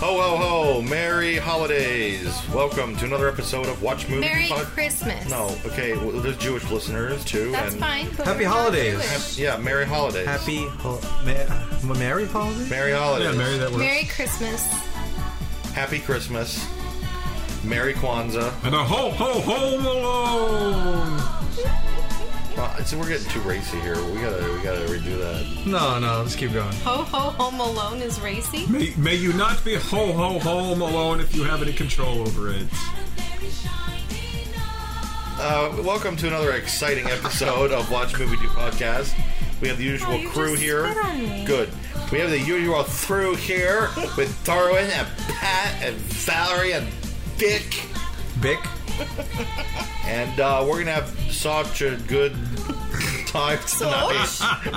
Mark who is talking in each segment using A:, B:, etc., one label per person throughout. A: Ho ho ho! Merry holidays! Welcome to another episode of Watch Movie.
B: Merry
A: Pod-
B: Christmas.
A: No, okay, well, there's Jewish listeners too.
B: That's
A: and
B: fine. but
C: Happy
B: we're not
C: holidays.
B: Jewish.
A: Yeah, Merry holidays.
C: Happy ho- ma- ma- Merry holiday.
A: Merry holidays.
C: that
B: Merry Christmas.
A: Happy Christmas. Merry Kwanzaa.
D: And a ho ho ho alone.
A: Uh, see, we're getting too racy here. We gotta, we gotta redo that.
C: No, no, let's keep going.
B: Ho ho home alone is racy.
D: May, may you not be ho ho home alone if you have any control over it.
A: Uh, welcome to another exciting episode of Watch Movie Do podcast. We have the usual
B: Oh, you
A: crew
B: just
A: here.
B: spit on me.
A: Good. We have the usual crew here with Darwin and Pat and Valerie and Dick.
C: Bick.
A: And uh, we're gonna have such a good time tonight.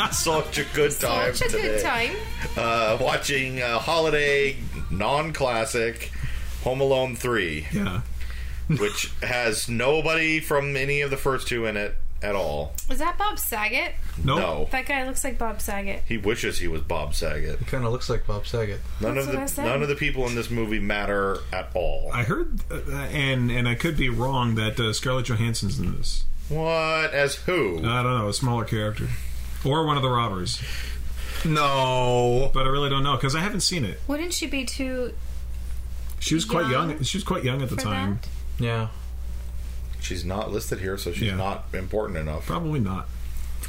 A: such a good time
B: Such a
A: today.
B: good time.
A: Uh, watching uh, holiday non-classic Home Alone Three,
D: Yeah.
A: which has nobody from any of the first two in it at all.
B: Was that Bob Saget?
D: Nope.
A: No,
B: That guy looks like Bob Saget.
A: he wishes he was Bob Saget.
C: Kind of looks like Bob Saget.
A: None
B: That's
A: of
B: what I
A: the
B: said.
A: none of the people in this movie matter at all.
D: I heard, uh, uh, and and I could be wrong that uh, Scarlett Johansson's in this.
A: What as who?
D: I don't know, a smaller character, or one of the robbers.
C: No.
D: But I really don't know because I haven't seen it.
B: Wouldn't she be too
D: She was quite young.
B: Young
D: She was quite young at the
B: for
D: time.
B: that?
C: Yeah.
A: She's not listed here, so she's
D: Yeah.
A: not important enough.
D: Probably not.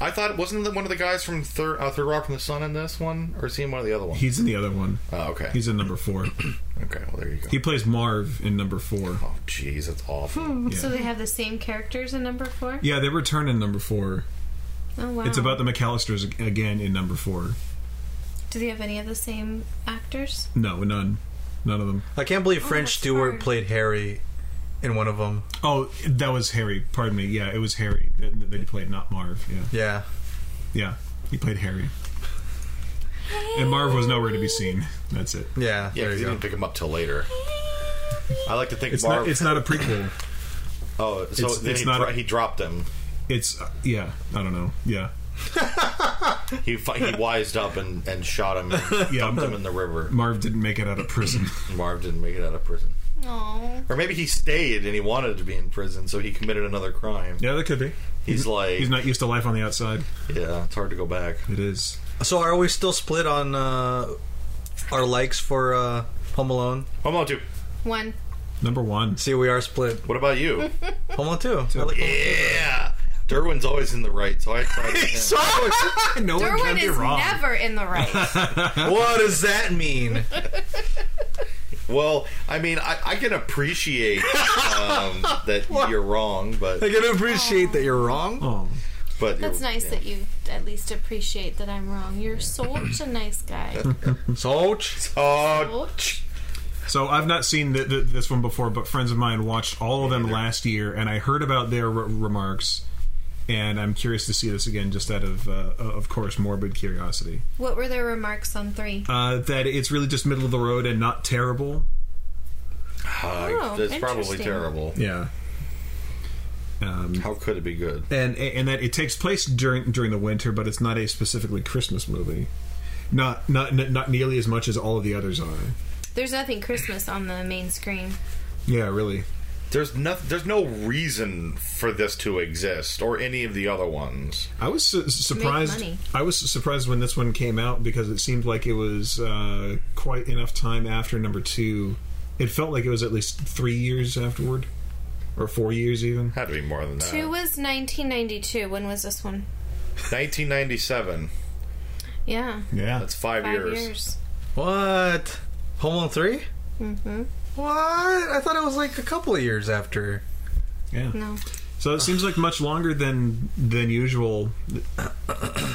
A: I thought wasn't the, one of the guys from Third uh, Third Rock from the Sun in this one, or is he in one of the other ones?
D: He's in the other one.
A: Oh, okay.
D: He's in number four.
A: okay. Well, there you go.
D: he plays Marv in number four.
A: oh, jeez, that's awful.
B: So
D: Yeah.
B: they have the same characters in number four?
D: Yeah, they return in number four.
B: Oh wow.
D: It's about the McAllisters ag- again in number four.
B: Do they have any of the same actors?
D: No, none, none of them.
C: I can't believe
B: that's
C: French Stewart
B: hard.
C: played Harry in one of them.
D: Oh, that was Harry. Pardon me. Yeah, it was Harry that, that he played, not Marv. Yeah,
C: Yeah.
D: yeah, he played Harry. And Marv was nowhere to be seen. That's it.
C: Yeah.
A: Yeah,
C: there
A: 'cause you
C: you go.
A: didn't pick him up till later. I like to think
D: It's
A: Marv.
D: not. It's not a prequel.
A: oh, so
D: it's-
A: then
D: it's
A: he,
D: not
A: dro-
D: a-
A: he dropped him.
D: It's uh, yeah. I don't know. Yeah,
A: He fi- he wised up and, and shot him, and
D: Yeah.
A: dumped him in the river.
D: Marv didn't make it out of prison.
A: Marv didn't make it out of prison,
B: Oh.
A: or maybe he stayed and he wanted to be in prison, so he committed another crime.
D: yeah, that could be.
A: He's like,
D: He's not used to life on the outside.
A: yeah, it's hard to go back.
D: It is.
C: So are we still split on uh, our likes for uh, Home Alone?
A: Home Alone two.
B: One.
D: Number one.
C: See, we are split.
A: What about you?
C: Home Alone 2. I like Home-
A: yeah, Derwin's always in the right, so I tried. him.
D: no one can
B: Derwin
D: be
B: is
D: wrong.
B: never in the right.
C: what does that mean?
A: Well, I mean, I, I can appreciate um, that you're wrong, but
C: I can appreciate that you're wrong.
D: oh,
A: but
B: That's
A: you're-
B: nice that you at least appreciate that I'm wrong. You're such a nice guy.
C: So,
A: Oh,
B: Oh.
D: so I've not seen th th this one before, but friends of mine watched all of them last year, and I heard about their re- remarks. And I'm curious to see this again, just out of, uh, of course, morbid curiosity.
B: What were their remarks on three?
D: uh, that it's really just middle of the road and not terrible.
A: uh, that's probably
B: Oh, interesting.
A: terrible.
D: Yeah. Um,
A: How could it be good?
D: and and that it takes place during during the winter, but it's not a specifically Christmas movie. Not not not nearly as much as all of the others are.
B: There's nothing Christmas on the main screen.
D: Yeah, really.
A: There's no, there's no reason for this to exist or any of the other ones.
D: I was su- surprised.
B: money.
D: I was surprised when this one came out because it seemed like it was uh, quite enough time after number two. It felt like it was at least three years afterward, or four years even.
A: Had to be more than that.
B: Two was 1992. When was this one?
A: 1997.
B: Yeah.
D: Yeah.
A: That's five,
B: Five
A: years.
B: years.
C: What? Home Alone 3?
B: Mm-hmm.
C: What? I thought it was like a couple of years after.
D: yeah.
B: No.
D: So it seems like much longer than than usual.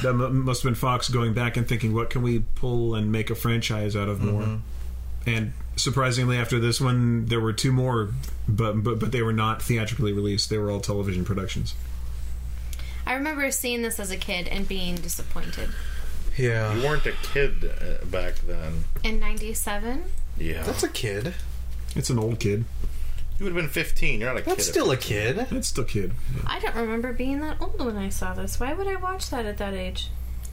D: That mu- must have been Fox going back and thinking, what can we pull and make a franchise out of more? And surprisingly, after this one, there were two more, but, but but they were not theatrically released. They were all television productions.
B: I remember seeing this as a kid and being disappointed.
C: Yeah.
A: You weren't a kid uh, back then.
B: In 97?
A: Yeah.
C: That's a kid.
D: It's an old kid.
A: you would have been 15. You're not a kid.
C: That's still a kid.
D: It's still kid
B: I don't remember being that old when I saw this. Why would I watch that at that age?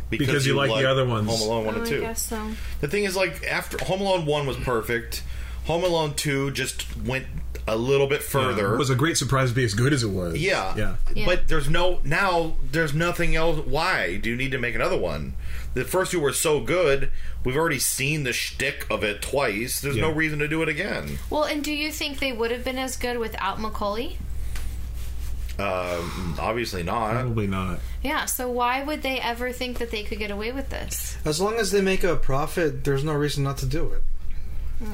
D: Because you like the
A: liked
D: other ones.
A: Home Alone 1
B: oh,
A: and
B: I
A: 2.
B: guess so.
A: The thing is, like, after Home Alone 1 was perfect, Home Alone 2 just went a little bit further.
D: It was a great surprise to be as good as it was.
A: Yeah.
D: Yeah.
B: Yeah.
A: But there's no now there's nothing else why do you need to make another one? The first two were so good, we've already seen the shtick of it twice. There's no
D: Yeah.
A: reason to do it again.
B: Well, and do you think they would have been as good without Macaulay?
A: Um, obviously not.
D: Probably not.
B: Yeah, so why would they ever think that they could get away with this?
C: As long as they make a profit, there's no reason not to do it.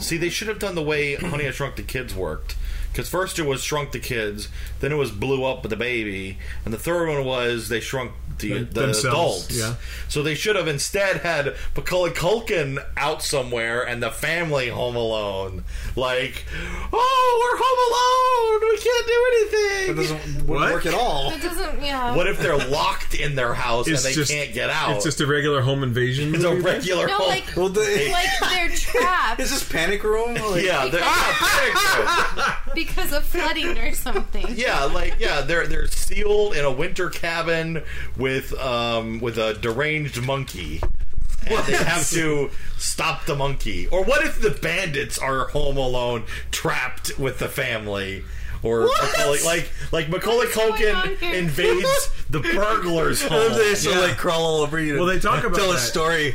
A: See, they should have done the way Honey I Shrunk the Kids worked. Because first it was Shrunk the Kids, then it was Blew Up the Baby, and the third one was they shrunk the,
D: Them-
A: the
D: themselves,
A: adults.
D: yeah.
A: So they should have instead had Macaulay Culkin out somewhere and the family home alone. Like, oh, we're home alone. We can't
C: It
A: do anything.
C: doesn't wouldn't
D: What?
C: work at all.
B: It doesn't, yeah.
A: What if they're locked in their house and they can't get out?
D: It's just a regular home invasion.
A: It's a
D: movie.
A: regular
B: no,
A: home.
B: like,
C: Well, they,
B: like they're trapped
C: is this panic room? Like,
A: yeah, they're, ah,
B: because of flooding or something.
A: Yeah, like yeah, they're they're sealed in a winter cabin with um with a deranged monkey. And they have to stop the monkey. Or what if the bandits are home alone, trapped with the family? Or Macaulay, like like Macaulay
B: What's going on
A: Culkin
B: here?
A: invades the burglar's home.
C: They just like crawl all over you. to
D: Well, they talk about
C: tell a
D: that.
C: story.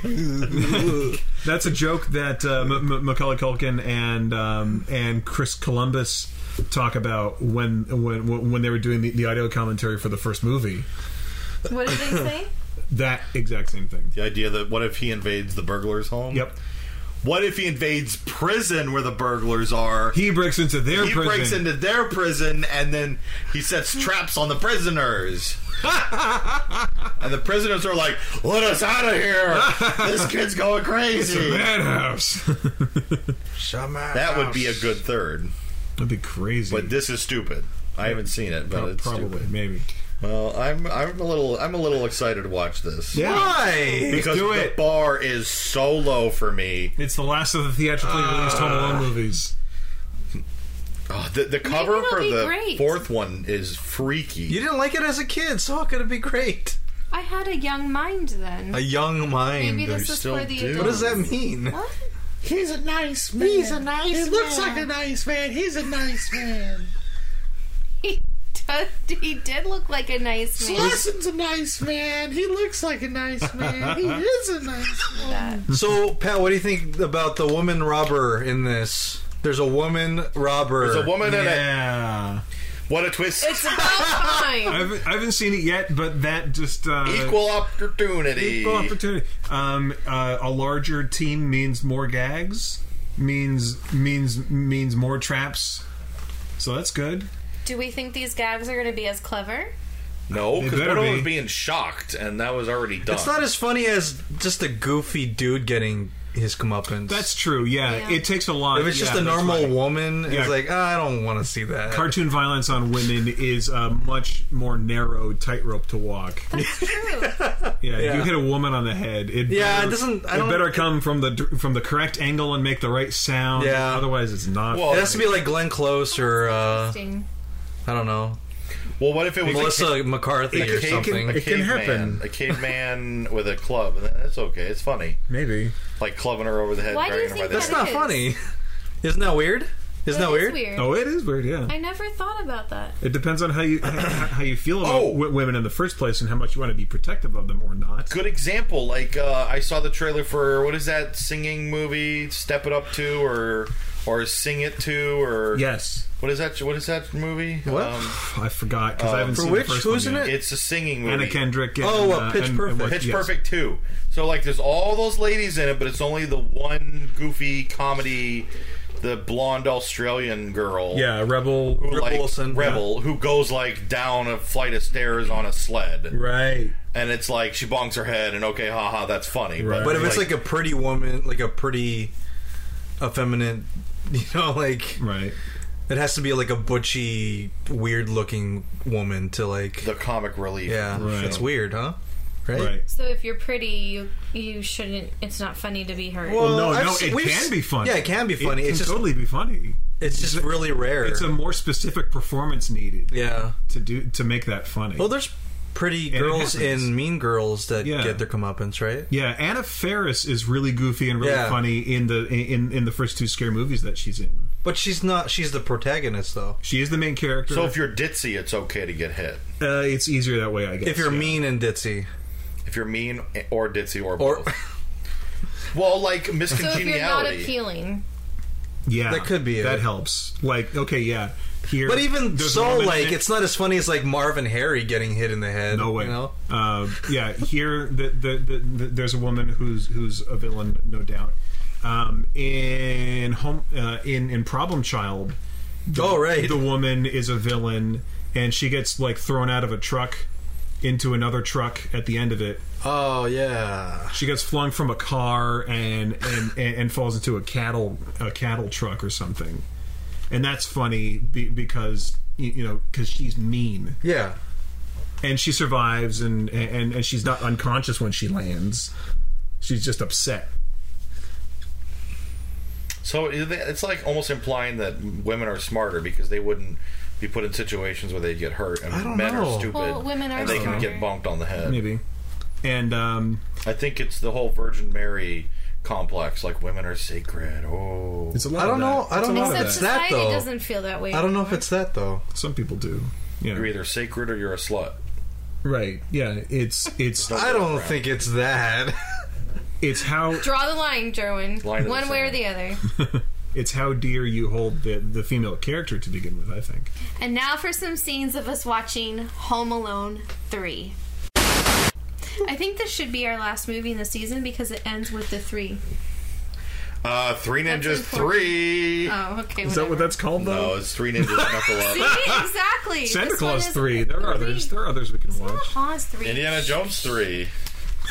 D: That's a joke that uh, M- M- Macaulay Culkin and um, and Chris Columbus talk about when when when they were doing the, the audio commentary for the first movie.
B: What did they say?
D: That exact same thing.
A: The idea that what if he invades the burglar's home?
D: Yep.
A: What if he invades prison where the burglars are?
D: He breaks into their
A: he
D: prison.
A: breaks into their prison and then he sets traps on the prisoners. and the prisoners are like, "Let us out of here! This kid's going crazy."
D: Madhouse.
C: Shut my
A: That would be a
C: mouth.
A: good third,
D: That'd be crazy.
A: but this is stupid. I haven't seen it, but
D: Pro-
A: it's
D: probably
A: stupid.
D: maybe.
A: Well, I'm I'm a little I'm a little excited to watch this.
C: Why?
A: Because
D: do
A: the
D: it.
A: bar is so low for me.
D: It's the last of the theatrically
A: Uh,
D: released Home Alone movies.
A: Oh, the, the cover
B: it'll
A: for
B: be
A: the
B: great.
A: fourth one is freaky.
C: You didn't like it as a kid, so how could it be great?
B: I had a young mind then.
C: A young mind.
B: Maybe this
A: you
B: is
A: still
B: for the
A: do.
B: adults.
C: what does that mean?
B: What?
A: He's a nice man. He's a nice man. He looks like a nice man. He's a nice man.
B: He, did, he did look like a nice man.
A: Lesson's a nice man. He looks like a nice man. He is a nice man.
B: That.
C: So, Pat, what do you think about the woman robber in this? There's a woman robber.
A: There's a woman in it.
D: Yeah.
A: What a twist.
B: It's about time.
D: I haven't, I haven't seen it yet, but that just uh,
A: equal opportunity.
D: Equal opportunity. Um, uh, a larger team means more gags, means means means more traps. So that's good.
B: Do we think these gags are going to be as clever?
A: No,
D: They
A: because
D: better
A: Widow
D: be.
A: was being shocked, and that was already done.
C: It's not as funny as just a goofy dude getting his comeuppance.
D: That's true. Yeah,
B: Yeah.
D: it takes a lot.
C: if it's
D: yeah,
C: just a
D: that's
C: normal
D: right.
C: woman.
D: Yeah.
C: It's like ah, I don't want to see that.
D: Cartoon violence on women is a much more narrow tightrope to walk.
B: That's true.
D: Yeah,
C: Yeah.
D: you hit a woman on the head. It
C: Yeah, it
D: better,
C: doesn't- I
D: it
C: don't-
D: better come from the dr- from the correct angle and make the right sound.
C: Yeah.
D: otherwise it's not.
A: Well,
C: it has to be like Glenn Close or uh,
B: Interesting.
C: I don't know
A: well, what if it was
C: Melissa McCarthy or
A: a, ca-
C: something.
A: a
D: It can
A: caveman?
D: happen.
A: A caveman with a club. and That's okay. It's funny.
D: maybe.
A: Like clubbing her over the head.
B: Why do you
A: dragging her by
B: think
A: the
C: That's
B: that
C: not
B: is.
C: funny. Isn't that weird? Isn't that,
B: That
C: weird?
B: is weird.
D: Oh, it is weird. Yeah,
B: I never thought about that.
D: it depends on how you how you feel about
A: Oh.
D: w- women in the first place and how much you want to be protective of them or not.
A: good example. Like uh, I saw the trailer for what is that singing movie? Step It Up to or or sing it to, or
D: Yes,
A: What is that? What is that movie? Um,
E: What?
D: I forgot because I haven't
E: Uh, For
D: seen
E: which?
D: the first
E: Who's
D: one
E: in
D: yet.
E: it?
A: it's a singing movie.
D: Anna Kendrick. And,
E: Oh, uh,
D: uh,
E: Pitch
D: and- and
E: Perfect.
D: what-
A: Pitch
D: yes.
A: Perfect too. So like, there's all those ladies in it, but it's only the one goofy comedy, the blonde Australian girl.
D: Yeah, Rebel.
A: Who, like,
E: Wilson,
A: rebel who goes like down a flight of stairs on a sled,
D: Right.
A: and it's like she bonks her head, and okay, haha, that's funny.
D: Right.
E: But if it's like a pretty woman, like a pretty effeminate, you know, like
D: Right.
E: it has to be like a butchy, weird-looking woman to like.
A: the comic relief,
E: yeah,
D: Right.
E: it's weird, huh?
D: Right.
B: So if you're pretty, you you shouldn't. It's not funny to be hurt.
E: Well,
D: no,
E: I've
D: no,
E: seen-
D: it
E: we've
D: can
E: s-
D: be funny.
E: Yeah, it can be funny.
D: It
E: it's
D: can
E: just
D: totally be funny.
E: it's just really rare.
D: It's a more specific performance needed
E: yeah.
D: to do to make that funny.
E: Well, there's pretty
D: it
E: girls
D: happens.
E: in Mean Girls that
D: Yeah.
E: get their comeuppance, right?
D: yeah, Anna Ferris is really goofy and really
E: Yeah.
D: funny in the in in the first two scare movies that she's in.
E: But she's not. She's the protagonist, though.
D: She is the main character.
A: So if you're ditzy, it's okay to get hit.
D: uh, it's easier that way, I guess.
E: If you're
D: yeah.
E: mean and ditzy,
A: If you're mean or ditzy or
E: or
A: both. well, like
B: so if you're not
A: miscongeniality.
B: appealing,
D: yeah,
E: that could be it.
D: that helps. Like, okay, yeah, here.
E: but even
D: there's a
E: so,
D: woman
E: like
D: in-
E: it's not as funny as like Marvin Harry getting hit in the head.
D: No way.
E: You know?
D: Uh, yeah, here the, the, the, the, there's a woman who's who's a villain, no doubt. Um, in home uh, in in Problem Child, the,
E: Oh, right.
D: the woman is a villain, and she gets like thrown out of a truck into another truck at the end of it.
E: Oh yeah.
D: She gets flung from a car and and, and, and falls into a cattle a cattle truck or something, and that's funny be, because you- you know because she's mean
E: Yeah.
D: and she survives and and and she's not unconscious when she lands she's just upset
A: So it's like almost implying that women are smarter because they wouldn't be put in situations where they'd get hurt, and
E: I don't
A: men
E: know.
A: are stupid.
B: Well, women are
A: and they can
B: smarter.
A: get bonked on the head.
D: maybe and um
A: I think it's the whole Virgin Mary complex. Like women are sacred. Oh,
D: it's a lot
E: I don't
D: of that.
E: know. I
D: It's a
E: don't know if
D: lot of
B: except
E: it's
D: that.
E: that
B: society
E: though.
B: doesn't feel that way.
E: I don't know if it's that though.
D: some people do
A: you're
D: yeah
A: either sacred or you're a slut.
D: right yeah it's it's
E: I don't think it's that.
D: it's how
B: Draw the line, Jerwin.
A: Line in the
B: One way or
A: sand.
B: the other.
D: it's how dear you hold the the female character to begin with i think
B: And now for some scenes of us watching Home Alone 3. I think this should be our last movie in the season because it ends with the three.
A: Uh, Three
B: That's
A: Ninjas
B: important.
A: Three.
B: Oh, okay.
D: is that what
B: whatever.
D: that's called though
A: no, it's Three Ninjas Knuckle Up.
B: See, exactly.
D: santa
B: This one
D: claus
B: is
D: 3 there are
B: three.
D: others there are others we can
B: It's not
D: watch
B: Oz 3.
A: Indiana Jones Three.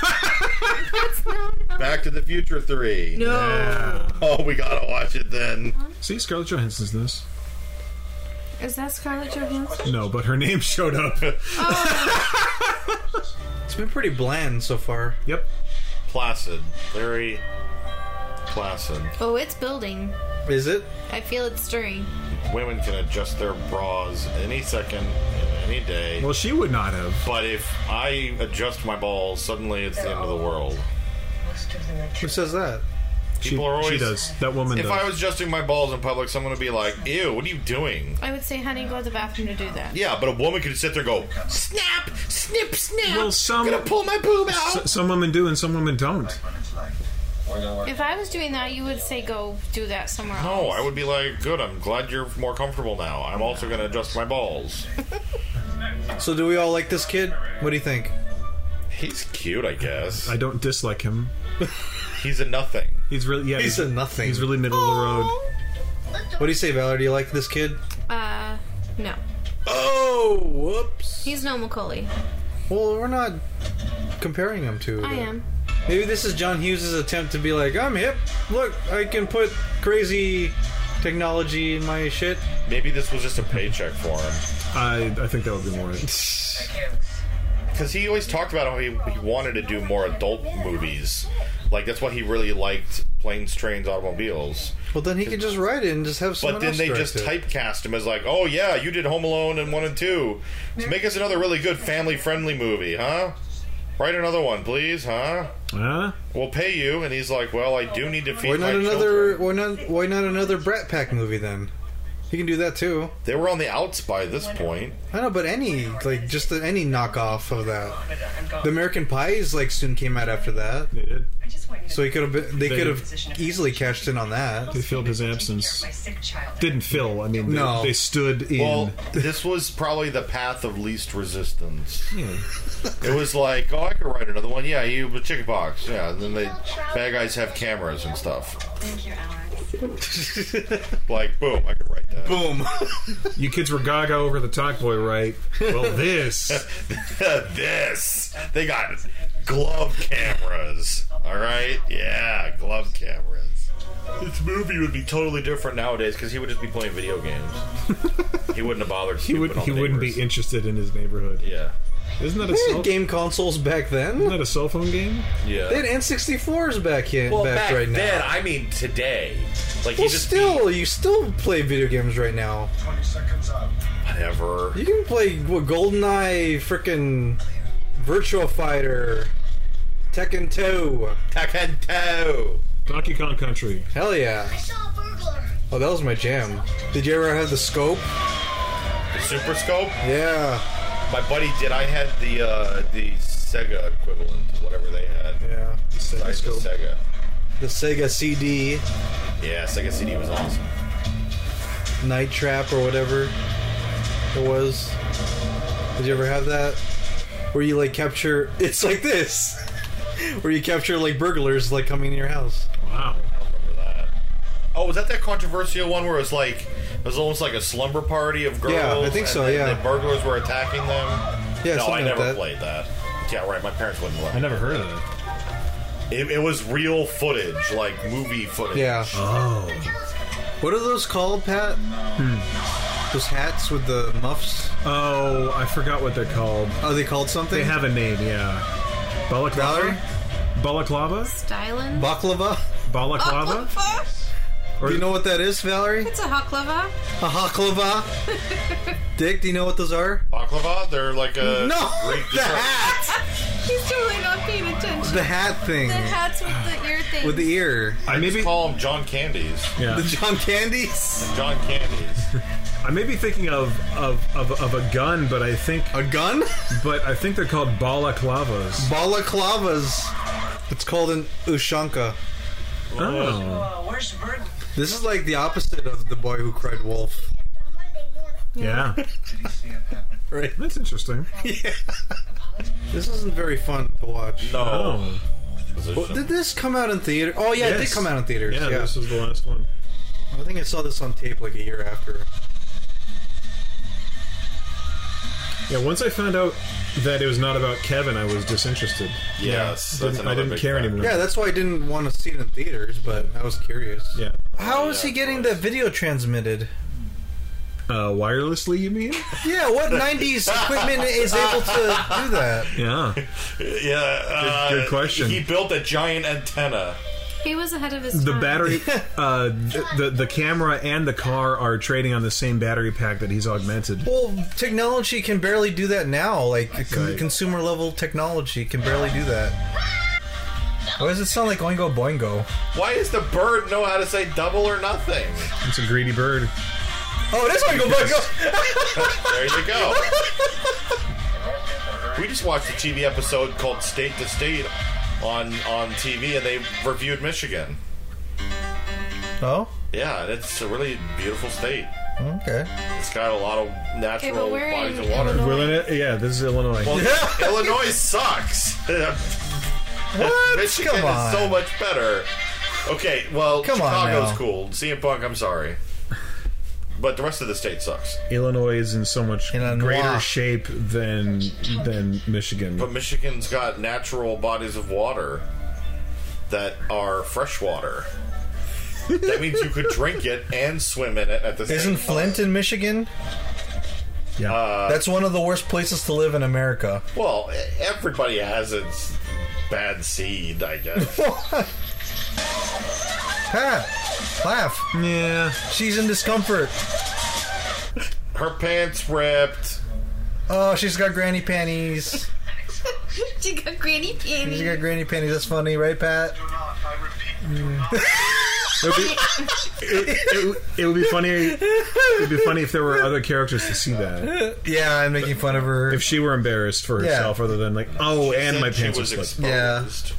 B: That's not
A: Back to the Future Three.
B: No.
A: Oh, we gotta watch it then.
D: see scarlett johansson's in this
B: Is that Scarlett Johansson?
D: no but her name showed up
E: it's been pretty bland so far.
D: yep
A: Placid, very placid.
B: Oh, it's building.
E: Is it?
B: I feel it stirring.
A: Women can adjust their bras any second, any day.
D: well she would not have
A: But if I adjust my balls, suddenly it's the end of the world.
E: Who says that?
D: she,
A: People are
D: she
A: always.
D: does that woman
A: If
D: does
A: I was adjusting my balls in public, someone would be like, "Ew, what are you doing?"
B: I would say, honey, go to the bathroom to do that.
A: Yeah, but a woman could sit there and go, "Snap, snip, snap."
D: Well, some-
A: I'm gonna pull my boob out.
D: S- some women do and some women don't.
B: If I was doing that, you would say, go do that somewhere else.
A: no, I would be like, "Good, I'm glad you're more comfortable now. I'm also gonna adjust my balls."
E: So do we all like this kid? What do you think?
A: He's cute, I guess.
D: I don't dislike him.
A: He's a nothing.
D: He's really yeah.
E: He's
D: He's,
E: a nothing.
D: he's really middle of the road.
E: What do you say, Valerie? Do you like this kid?
B: Uh, no.
E: Oh, whoops.
B: He's no Macaulay.
E: Well, we're not comparing them to.
B: I
E: the-
B: am.
E: Maybe this is John Hughes' attempt to be like, I'm hip. Look, I can put crazy technology in my shit.
A: Maybe this was just a paycheck for him.
D: I I think that would be more. it.
A: Because he always talked about how he, he wanted to do more adult movies. Like, that's what he really liked planes, trains, automobiles.
E: Well, then he could just write it and just have someone
A: But then
E: else
A: they
E: direct
A: just
E: it.
A: typecast him as, like, oh, yeah, you did Home Alone and 1 and 2. So make us another really good family friendly movie, huh? Write another one, please, huh?
D: Huh?
A: We'll pay you. And he's like, well, I do need to feed
E: Why
A: my
E: not another?
A: children.
E: Why not? Why not another Brat Pack movie then? You can do that too.
A: They were on the outs by this point.
E: I don't know, but any like just the, any knockoff of that. The American Pies like soon came out after that,
D: They did.
E: so he could have been, they
D: They-
E: could have easily cashed in on that.
D: They filled his absence. Didn't fill. I mean, they,
E: No.
D: they stood in.
A: Well, this was probably the path of least resistance. It was like, oh, I could write another one. Yeah, you with chicken pox. Yeah, and then they bad guys have cameras and stuff. Like, boom, I could write that.
E: Boom.
D: you kids were gaga over the talk boy, right? Well, this.
A: this. They got glove cameras. All right? Yeah, glove cameras. This movie would be totally different nowadays because he would just be playing video games. he wouldn't have bothered.
D: He, would, he wouldn't be interested in his neighborhood.
A: Yeah,
D: Isn't that a
E: They
D: cell,
E: had
D: isn't
E: game consoles back then.
D: that a cell phone game?
A: yeah.
E: They had N64s back here,
A: well,
E: back,
A: back,
E: right now.
A: then, I mean today. Like he
E: well,
A: just
E: still, you still play video games right now.
A: whatever.
E: You can play what, GoldenEye, frickin' Virtual Fighter, Tekken 2.
A: Tekken Toe.
D: Donkey Kong Country.
E: Hell yeah. Oh, that was my jam. Did you ever have the scope?
A: The Super Scope.
E: Yeah.
A: My buddy did. I had the uh, the Sega equivalent, whatever they had.
E: Yeah.
A: I had the Sega.
E: The Sega CD,
A: Yeah, Sega CD was awesome.
E: Night Trap, or whatever it was. Did you ever have that? Where you like capture. It's like this! Where you capture like burglars like coming to your house.
D: Wow.
A: remember that. Oh, was that that controversial one where it was like it was almost like a slumber party of girls?
E: Yeah, I think so,
A: then
E: yeah.
A: the burglars were attacking them.
E: Yeah,
A: no,
E: something
A: I
E: like
A: never
E: that.
A: played that. Yeah, right. My parents wouldn't let
D: I
A: me.
D: never heard of that.
A: It, it was real footage, like movie footage.
E: Yeah.
D: Oh.
E: What are those called, Pat?
D: Hmm.
E: Those hats with the muffs?
D: Oh, I forgot what they're called.
E: Are they called something?
D: They have a name, yeah.
E: Valerie?
D: Balaklava? Balaclava?
B: Styling.
E: Baklava? Oh,
D: Balaclava?
E: Do you know what that is, Valerie?
B: Oh, It's a baklava.
E: A haklava? Dick, do you know what those are?
A: Baklava, they're like a
E: No!
A: Greek
E: The hat!
B: He's totally not paying attention.
E: The hat thing.
B: The hats with the ear thing.
E: With the ear.
D: I maybe.
A: Call them John Candies.
D: Yeah.
E: The John Candies?
A: John Candies.
D: I may be thinking of of, of of a gun, but I think
E: A gun?
D: but I think they're called balaclavas.
E: Balaclavas. It's called an ushanka.
D: Oh,
E: This is like the opposite of the boy who cried wolf,
D: yeah,
E: right?
D: that's interesting.
E: This isn't very fun to watch.
A: No.
D: Oh,
E: Well, did this come out in theater? Oh yeah, it did
D: Yes.
E: come out in theaters.
D: yeah,
E: Yeah,
D: this was the last one.
E: I think I saw this on tape like a year after.
D: Yeah, once I found out that it was not about Kevin, I was disinterested.
A: Yes,
D: Yeah,
A: that's
D: didn't- I
A: another
D: didn't
A: big
D: care
A: factor.
D: anymore.
E: Yeah, that's why I didn't want to see it in theaters, but I was curious.
D: Yeah,
E: How is he getting that video transmitted?
D: uh, wirelessly, you mean?
E: Yeah, what 90s equipment is able to do that?
D: Yeah,
A: Yeah. Uh,
D: good question.
A: He built a giant antenna.
B: he was ahead of his
D: the
B: time.
D: battery, uh, the, the the camera and the car are trading on the same battery pack that he's augmented.
E: Well, technology can barely do that now. Like con-
D: Right.
E: consumer level technology can barely do that. Why does it sound like Oingo Boingo?
A: Why does the bird know how to say double or nothing?
D: It's a greedy bird.
E: Oh, it is Oingo Boingo.
A: There you go. we just watched a TV episode called State to State on on TV, and they reviewed Michigan.
E: Oh,
A: Yeah, and it's a really beautiful state.
E: okay.
A: It's got a lot of
B: Okay,
A: natural
B: but we're
A: bodies
B: in
A: of water.
D: We're
B: Illinois.
D: in it. Yeah, this is Illinois.
A: Well,
E: Yeah.
A: Illinois sucks.
E: What?
A: Michigan
E: Come on.
A: is so much better. Okay, well,
E: Come on
A: Chicago's
E: now.
A: cool. CM Punk, I'm sorry, but the rest of the state sucks.
D: Illinois is in so much
E: Illinois.
D: greater shape than than Michigan.
A: But Michigan's got natural bodies of water that are freshwater. that means you could drink it and swim in it at the same
E: Isn't
A: time.
E: Flint in Michigan?
D: Yeah,
A: Uh,
E: That's one of the worst places to live in America.
A: Well, e- everybody has its bad seed, I guess.
E: Pat, laugh.
D: yeah.
E: She's in discomfort.
A: Her pants ripped.
E: Oh, she's got granny panties.
B: she got granny
E: She's
B: panties.
E: got granny panties. That's funny, right, Pat?
D: It would be, it, it, it would be funny. It would be funny if there were other characters to see that.
E: Yeah, I'm making fun of her.
D: If she were embarrassed for herself, other than like, oh, and my
A: Said she
D: pants were
A: was
D: slipped.
A: exposed.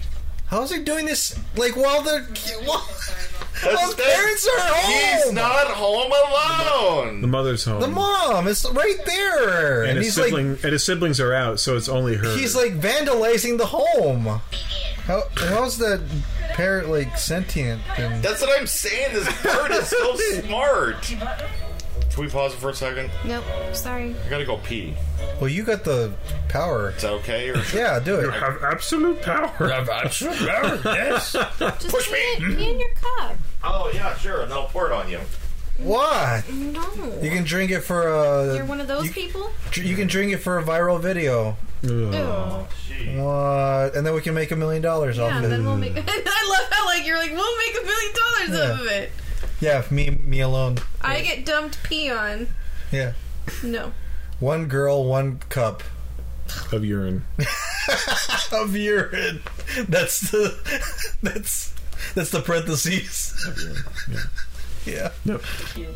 E: How's he doing this? Like while the while, while his
A: the-
E: parents are home.
A: He's not home alone.
D: The mother's home.
E: the mom is right there,
D: and,
E: and,
D: his
E: he's
D: sibling
E: like
D: and his siblings are out, so it's only her.
E: he's like vandalizing the home. How how's that parent like sentient? And,
A: That's what I'm saying. This bird is so smart. Should we pause it for a second?
B: Nope. Sorry.
A: I gotta go pee.
E: well, you got the power.
A: Is that okay? Or
E: Yeah, do it.
D: have absolute power.
A: yes.
B: Just
A: Push
B: put
A: me.
B: it in your cup.
A: Oh yeah, sure. And I'll pour it on you.
E: Why?
B: No.
E: You can drink it for a.
B: You're one of those
E: you,
B: people.
E: dr- You can drink it for a viral video. Oh.
B: Ew.
A: Gee.
E: What? And then we can make a million dollars
B: Yeah,
E: off
B: and
E: it.
B: then we'll make. I love how like you're like we'll make a million dollars off of it.
E: yeah, if me me alone.
B: I get dumped pee on.
E: Yeah,
B: No.
E: one girl, one cup.
D: of urine.
E: of urine. That's the that's that's the parentheses. Yeah.
F: you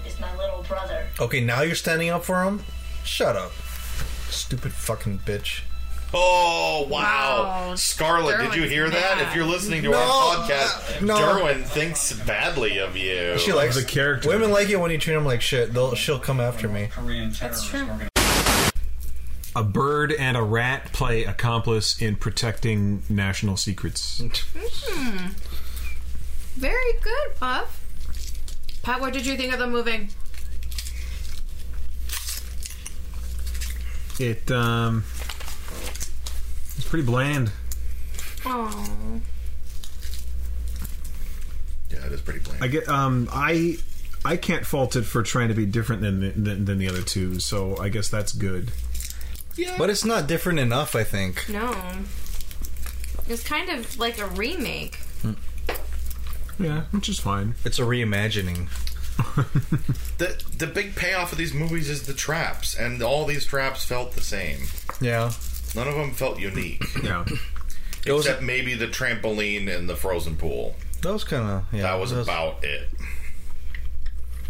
F: is my little brother.
E: Okay, now you're standing up for him. Shut up, stupid fucking bitch.
A: Oh wow,
B: Wow.
A: Scarlet! Did you
B: Derwin's
A: hear that?
B: mad.
A: If you're listening to
E: No,
A: our podcast,
E: uh, no.
A: Derwin thinks badly of you.
E: She likes
D: The character.
E: Women like it when you treat them like shit. They'll she'll come after me.
G: Korean terrorists
B: true.
G: were gonna
D: A bird and a rat play accomplice in protecting national secrets.
B: Very good, Puff. Pat, what did you think of the moving?
D: It um, it's pretty bland.
B: Oh.
A: yeah, it is pretty bland.
D: I get um, I I can't fault it for trying to be different than the, than, than the other two. So I guess that's good.
E: But it's not different enough, I think.
B: No. It's kind of like a remake.
D: Yeah, which is fine.
E: It's a reimagining.
A: the the big payoff of these movies is the traps, and all these traps felt the same.
E: Yeah.
A: None of them felt unique,
D: Yeah,
E: It was
A: except maybe the trampoline and the frozen pool.
E: that was kind of yeah.
A: That was about it.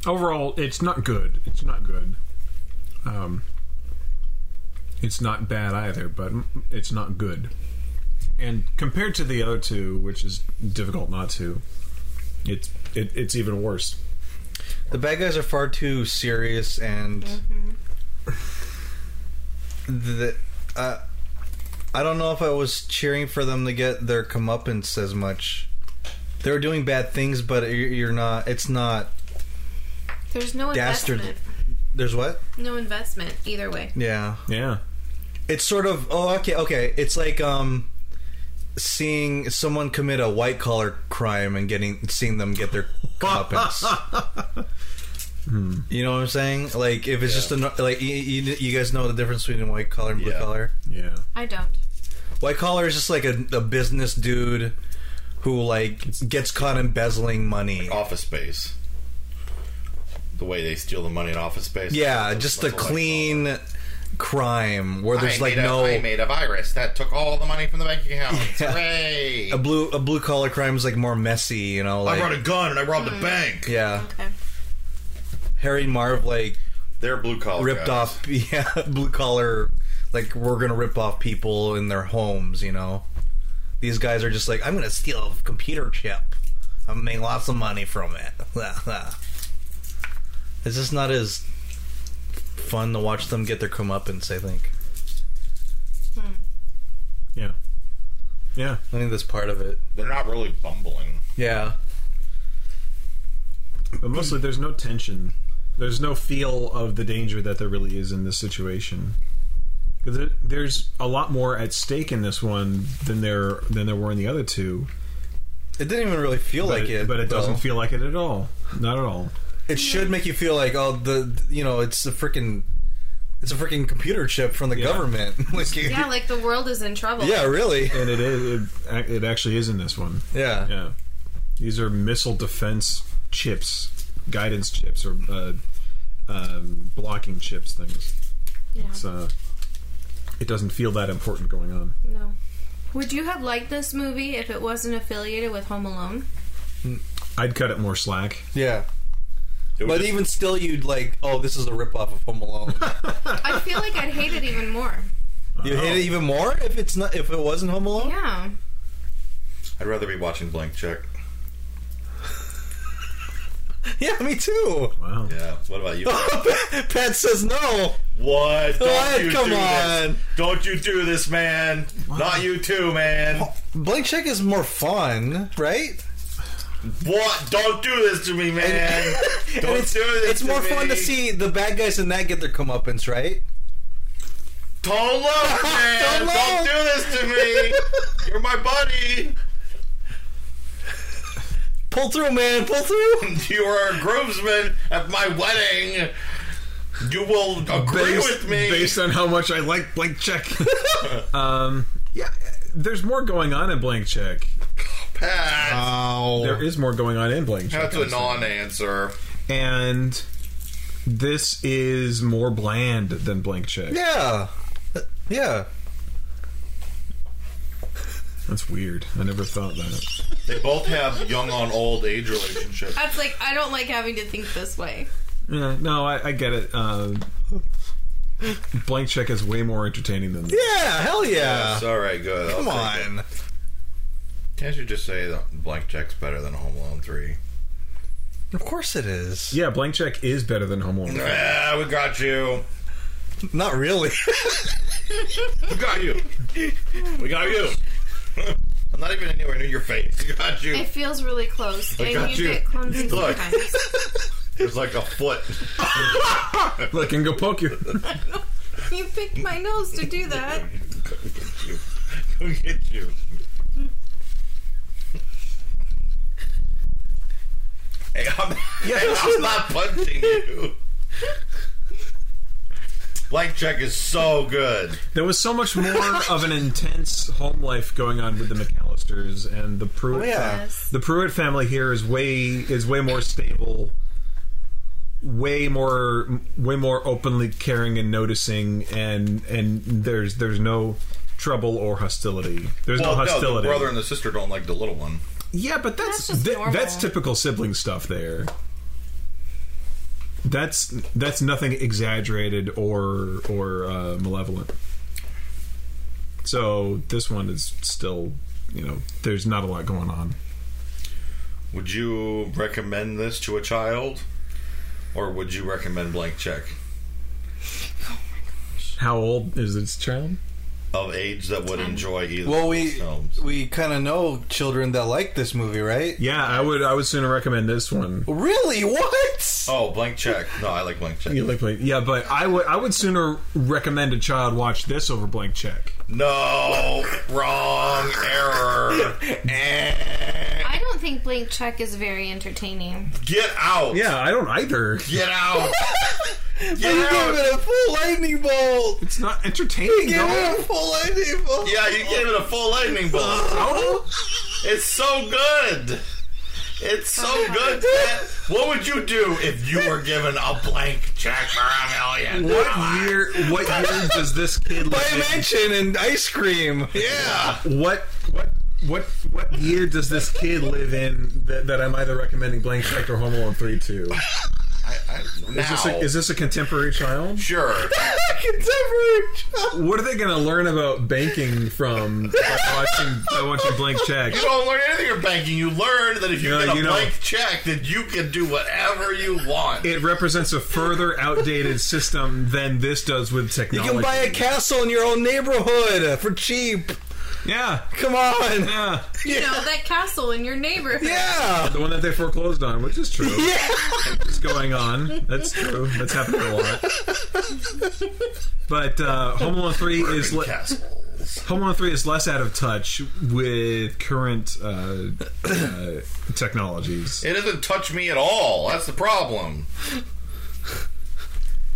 D: overall, it's not good. It's not good. Um, it's not bad either, but it's not good. And compared to the other two, which is difficult not to, it's it, it's even worse.
E: the bad guys are far too serious and the uh, I don't know if I was cheering for them to get their comeuppance as much. They were doing bad things, but you're, you're not. It's not.
B: There's no
E: Dastardly.
B: investment.
E: There's what?
B: No investment either way.
E: Yeah.
D: Yeah.
E: It's sort of. Oh, okay, okay. It's like um, seeing someone commit a white collar crime and getting seeing them get their comeuppance.
A: Hmm.
E: You know what I'm saying? Like if it's just a no- like you, you, you guys know the difference between white collar and blue
A: Yeah.
E: collar.
D: Yeah.
B: I don't.
E: White collar is just like a, a business dude who like gets caught embezzling money.
A: Office Space. The way they steal the money in Office Space.
E: Yeah, just a
A: That's what I call it.
E: clean crime where there's
A: I
E: like
A: made a-
E: no
A: I made a virus that took all the money from the bank account.
E: Yeah.
A: Hooray!
E: a blue a blue collar crime is like more messy. You know, like
A: I brought a gun and I robbed a bank.
E: yeah,
B: Okay.
E: Harry and Marv like
A: They're blue
D: Oh,
A: collar.
E: ripped
A: guys.
E: off yeah blue collar like we're gonna rip off people in their homes you know these guys are just like i'm gonna steal a computer chip i'm gonna make lots of money from it it's just not as fun to watch them get their comeuppance i think
D: Yeah. Yeah.
E: i think that's part of it
A: They're not really bumbling.
E: yeah
D: But mostly there's no tension. There's no feel of the danger that there really is in this situation. 'Cause there- There's a lot more at stake in this one than there than there were in the other two.
E: it didn't even really feel
D: But
E: like it,
D: but it doesn't
E: though.
D: feel like it at all. Not at all.
E: it should make you feel like oh the you know it's a freaking it's a freaking computer chip from the
D: Yeah.
E: government like, you-
B: Yeah, like the world is in trouble.
E: yeah really
D: And it is. It, ac- it actually is in this one.
E: yeah
D: Yeah. These are missile defense chips, guidance chips, or uh, um, blocking chips things.
B: Yeah.
D: It's, uh, it doesn't feel that important going on.
B: No. Would you have liked this movie if it wasn't affiliated with Home Alone?
D: I'd cut it more slack.
E: Yeah.
A: It was
E: But
A: just-
E: even still, you'd like, oh, this is a ripoff of Home Alone.
B: I feel like I'd hate it even more.
E: you hate it even more if it's not if it wasn't Home Alone.
B: Yeah.
A: I'd rather be watching Blank Check.
E: Yeah, me too.
D: Wow.
A: Yeah. What about you?
E: Pat says no.
A: what? Don't
E: What?
A: you
E: Come
A: do
E: on.
A: This. Don't you do this, man. Not you too, man.
E: Blank check is more fun, right?
A: What? Don't do this to me, man. Don't
E: And it's
A: do this.
E: it's
A: to
E: more
A: me.
E: fun to see the bad guys in that get their comeuppance, right?
A: Don't look, man.
E: Don't
A: Don't,
E: look.
A: do this to me. You're my buddy.
E: Pull through, man. Pull through.
A: You are a groomsman at my wedding. You will agree with me.
D: based on how much I like Blank Check. um, yeah, there's more going on in Blank Check.
A: Pat,
D: There is more going on in Blank Check.
A: that's a non-answer.
D: And this is more bland than Blank Check.
E: Yeah. Yeah.
D: That's weird. I never thought that.
A: They both have young on old age relationships.
B: That's like I don't like having to think this way.
D: Yeah, no, I, I get it. Uh, Blank Check is way more entertaining than this.
E: Yeah. Hell yeah.
A: It's all right, good. I'll
E: Come
A: take it.
E: on.
A: Can't you just say that Blank Check's better than Home Alone Three?
E: Of course it is.
D: Yeah, Blank Check is better than Home Alone.
A: Yeah, we got you.
E: Not really.
A: We got you. We got you. I'm not even anywhere near your face. We got you.
B: It feels really close,
A: I got
B: and you,
A: you.
B: get clumsy
A: Look.
B: sometimes.
A: There's like a foot.
D: Look, and go poke you.
B: You picked my nose to do that.
A: Go get you. Hey, I'm, hey, I'm not punching you. Blank check is so good.
D: There was so much more of an intense home life going on with the McAllisters and the Pruitt.
E: Oh, yeah.
B: Yes.
D: the Pruitt family here is way is way more stable, way more way more openly caring and noticing, and and there's there's no trouble or hostility. There's
A: Well,
D: no
A: no, the
D: hostility.
A: brother and the sister don't like the little one.
D: yeah, but that's
B: That's just
D: tha-
B: normal.
D: that's typical sibling stuff there. That's that's nothing exaggerated or or uh, malevolent. So this one is still, you know, there's not a lot going on.
A: Would you recommend this to a child, or would you recommend blank check
D: How old is this child?
A: of age that would enjoy either?
E: Well,
A: of
E: we
A: these films?
E: we kind of know children that like this movie, right?
D: Yeah, I would. I would sooner recommend this one.
E: Really? What?
A: Oh, blank check. No, I like blank check.
D: You like, like- yeah, but I would. I would sooner recommend a child watch this over Blank Check.
A: No, wrong error.
B: I don't think Blank Check is very entertaining.
A: Get out.
D: Yeah, I don't either.
A: Get out.
E: You
A: Get
E: gave
A: out.
E: it a full lightning bolt.
D: It's not entertaining.
E: Give
D: though.
E: it a full lightning bolt.
A: Yeah, you gave it a full lightning bolt.
D: Oh,
A: It's so good. It's so good, Pat. What would you do if you were given a blank check for a million?
D: what year? What year does this kid
E: Buy
D: live
E: a
D: in?
E: mansion and ice cream.
A: Yeah.
D: What? What? What? What year does this kid live in that, that I'm either recommending Blank Check or Home Alone Three to?
A: I, I, now.
D: Is this, a, is this a contemporary child?
A: sure.
E: Contemporary child.
D: What are they going to learn about banking from by watching by watching Blank Check?
A: You don't learn anything from banking. You learn that if you
D: No,
A: get a
D: you know-
A: blank check, that you can do whatever you want.
D: it represents a further outdated system than this does with
E: You
D: technology.
E: can buy a castle in your own neighborhood for cheap.
D: yeah,
E: Come on.
D: yeah,
B: You know, that castle in your neighborhood.
E: Yeah.
D: the one that they foreclosed on, which is true.
E: Yeah.
D: It's going on. That's true. That's happening a lot. But uh, Home Alone Three is le-
A: Castles.
D: Home Alone Three is less out of touch with current uh, uh, technologies.
A: It doesn't touch me at all. That's the problem.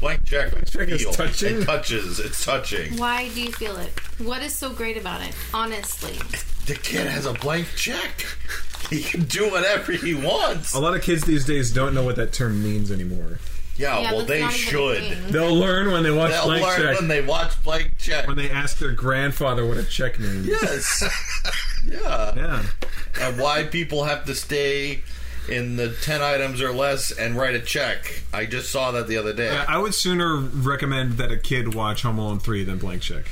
A: Blank check. Blank
D: check is touching?
A: It touches. It's touching.
B: Why do you feel it? What is so great about it? Honestly.
A: The kid has a blank check. He can do whatever he wants.
D: A lot of kids these days don't know what that term means anymore.
A: Yeah,
B: Yeah,
A: Oh, well,
B: that's
A: they
B: not even a
A: should.
B: thing.
D: They'll learn when they watch
A: They'll
D: Blank
A: learn
D: Check.
A: when they watch blank check.
D: when they ask their grandfather what a check means.
A: yes. yeah.
D: Yeah.
A: And why people have to stay in the 10 items or less and write a check. I just saw that the other day.
D: I would sooner recommend that a kid watch Home Alone three than Blank Check.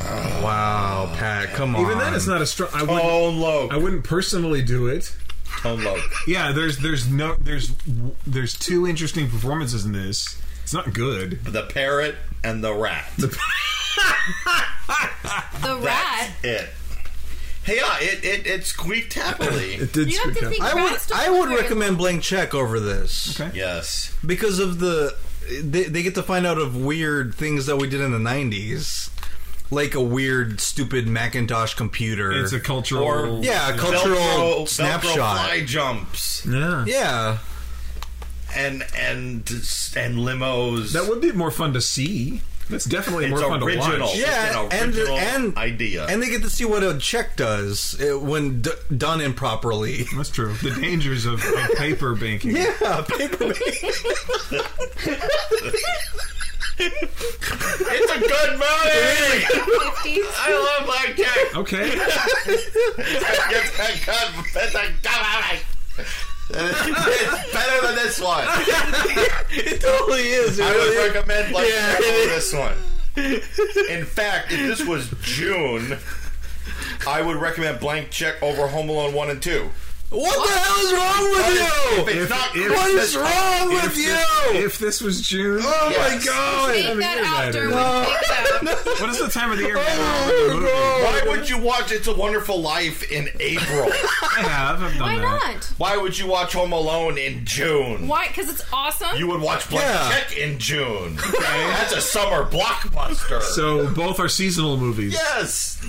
E: Wow, Pat, come on.
D: Even then, it's not a strong. I wouldn't,
A: Tone low.
D: I wouldn't personally do it.
A: Tone low.
D: Yeah, there's there's no there's there's two interesting performances in this. It's not good.
A: The parrot and the rat.
B: The rat.
A: it. Hey, yeah, it, it, it squeaked happily.
D: It did
B: You have
D: squeak
B: to
D: out.
B: think
E: I would
B: rats don't
E: I would
B: look very-
E: recommend blank check over this
D: Okay.
A: yes.
E: because of the they, they get to find out of weird things that we did in the 90s like a weird stupid Macintosh computer.
D: It's a cultural.
A: Or-
E: yeah, a cultural
A: Velcro- Velcro
E: snapshot.
A: fly jumps
D: yeah.
E: yeah.
A: and and and limos.
D: That would be more fun to see. That's definitely
A: It's
D: more fun to
A: original.
D: watch.
A: It's
E: Yeah,
A: an
E: and
A: original
E: and
A: idea.
E: and they get to see what a check does uh, when d- done improperly.
D: That's true. The dangers of, of paper banking.
E: Yeah, paper.
A: it's a good movie.
B: 50s.
A: I love Black Jack.
D: Okay.
A: It's a good. It's a good movie. It's better than this one.
E: it totally is. It
A: I
E: really is.
A: would recommend Black
E: Yeah,
A: Jack
E: it
A: over this one. In fact, if this was June, I would recommend Blank Check over Home Alone one and two.
E: What, the hell is wrong with
A: If
E: you?
A: it's not
D: if-
E: what is wrong
D: If
E: with
D: this-
E: you?
D: If this was June.
E: oh
A: Yes.
E: my god!
B: Take
D: I mean,
B: that
D: you're
B: out,
D: better.
B: Derwin. Take that out.
D: What is the time of the year?
E: Oh, no.
A: Why would you watch It's a Wonderful Life in April?
D: I have. I've done
B: Why
D: that.
B: not?
A: Why would you watch Home Alone in June?
B: Why? Because it's awesome.
A: You would watch Blank
E: Yeah.
A: Check in June. That's a summer blockbuster.
D: So both are seasonal movies.
A: yes.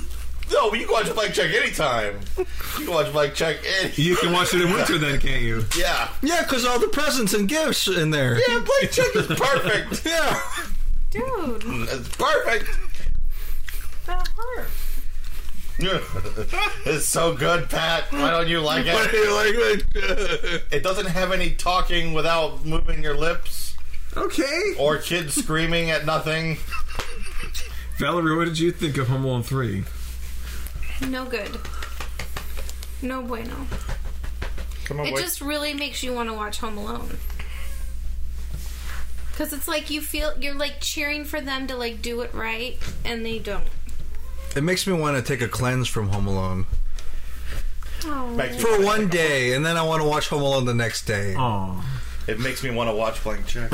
A: No, you can watch Blank Check anytime. You can watch Blank Check any.
D: You can watch it in winter then, can't you?
A: Yeah.
E: Yeah, because all the presents and gifts in there.
A: Yeah, Blank Check is perfect.
E: Yeah.
B: Dude,
A: It's perfect.
B: that hurt.
A: it's so good, Pat. Why don't you like
E: Why do
A: it?
E: you like that?
A: It doesn't have any talking without moving your lips
D: Okay.
A: or kids screaming at nothing.
D: Valerie, what did you think of Home Alone 3?
B: No good. No bueno.
A: Come on,
B: It just really makes you want to watch Home Alone. Cause it's like you feel you're like cheering for them to like do it right, and they don't.
E: It makes me want to take a cleanse from Home Alone
B: Oh,
A: Makes me-
E: for one day, and then I want to watch Home Alone the next day.
A: Oh.
D: Aw.
A: It makes me want to watch Blank Check.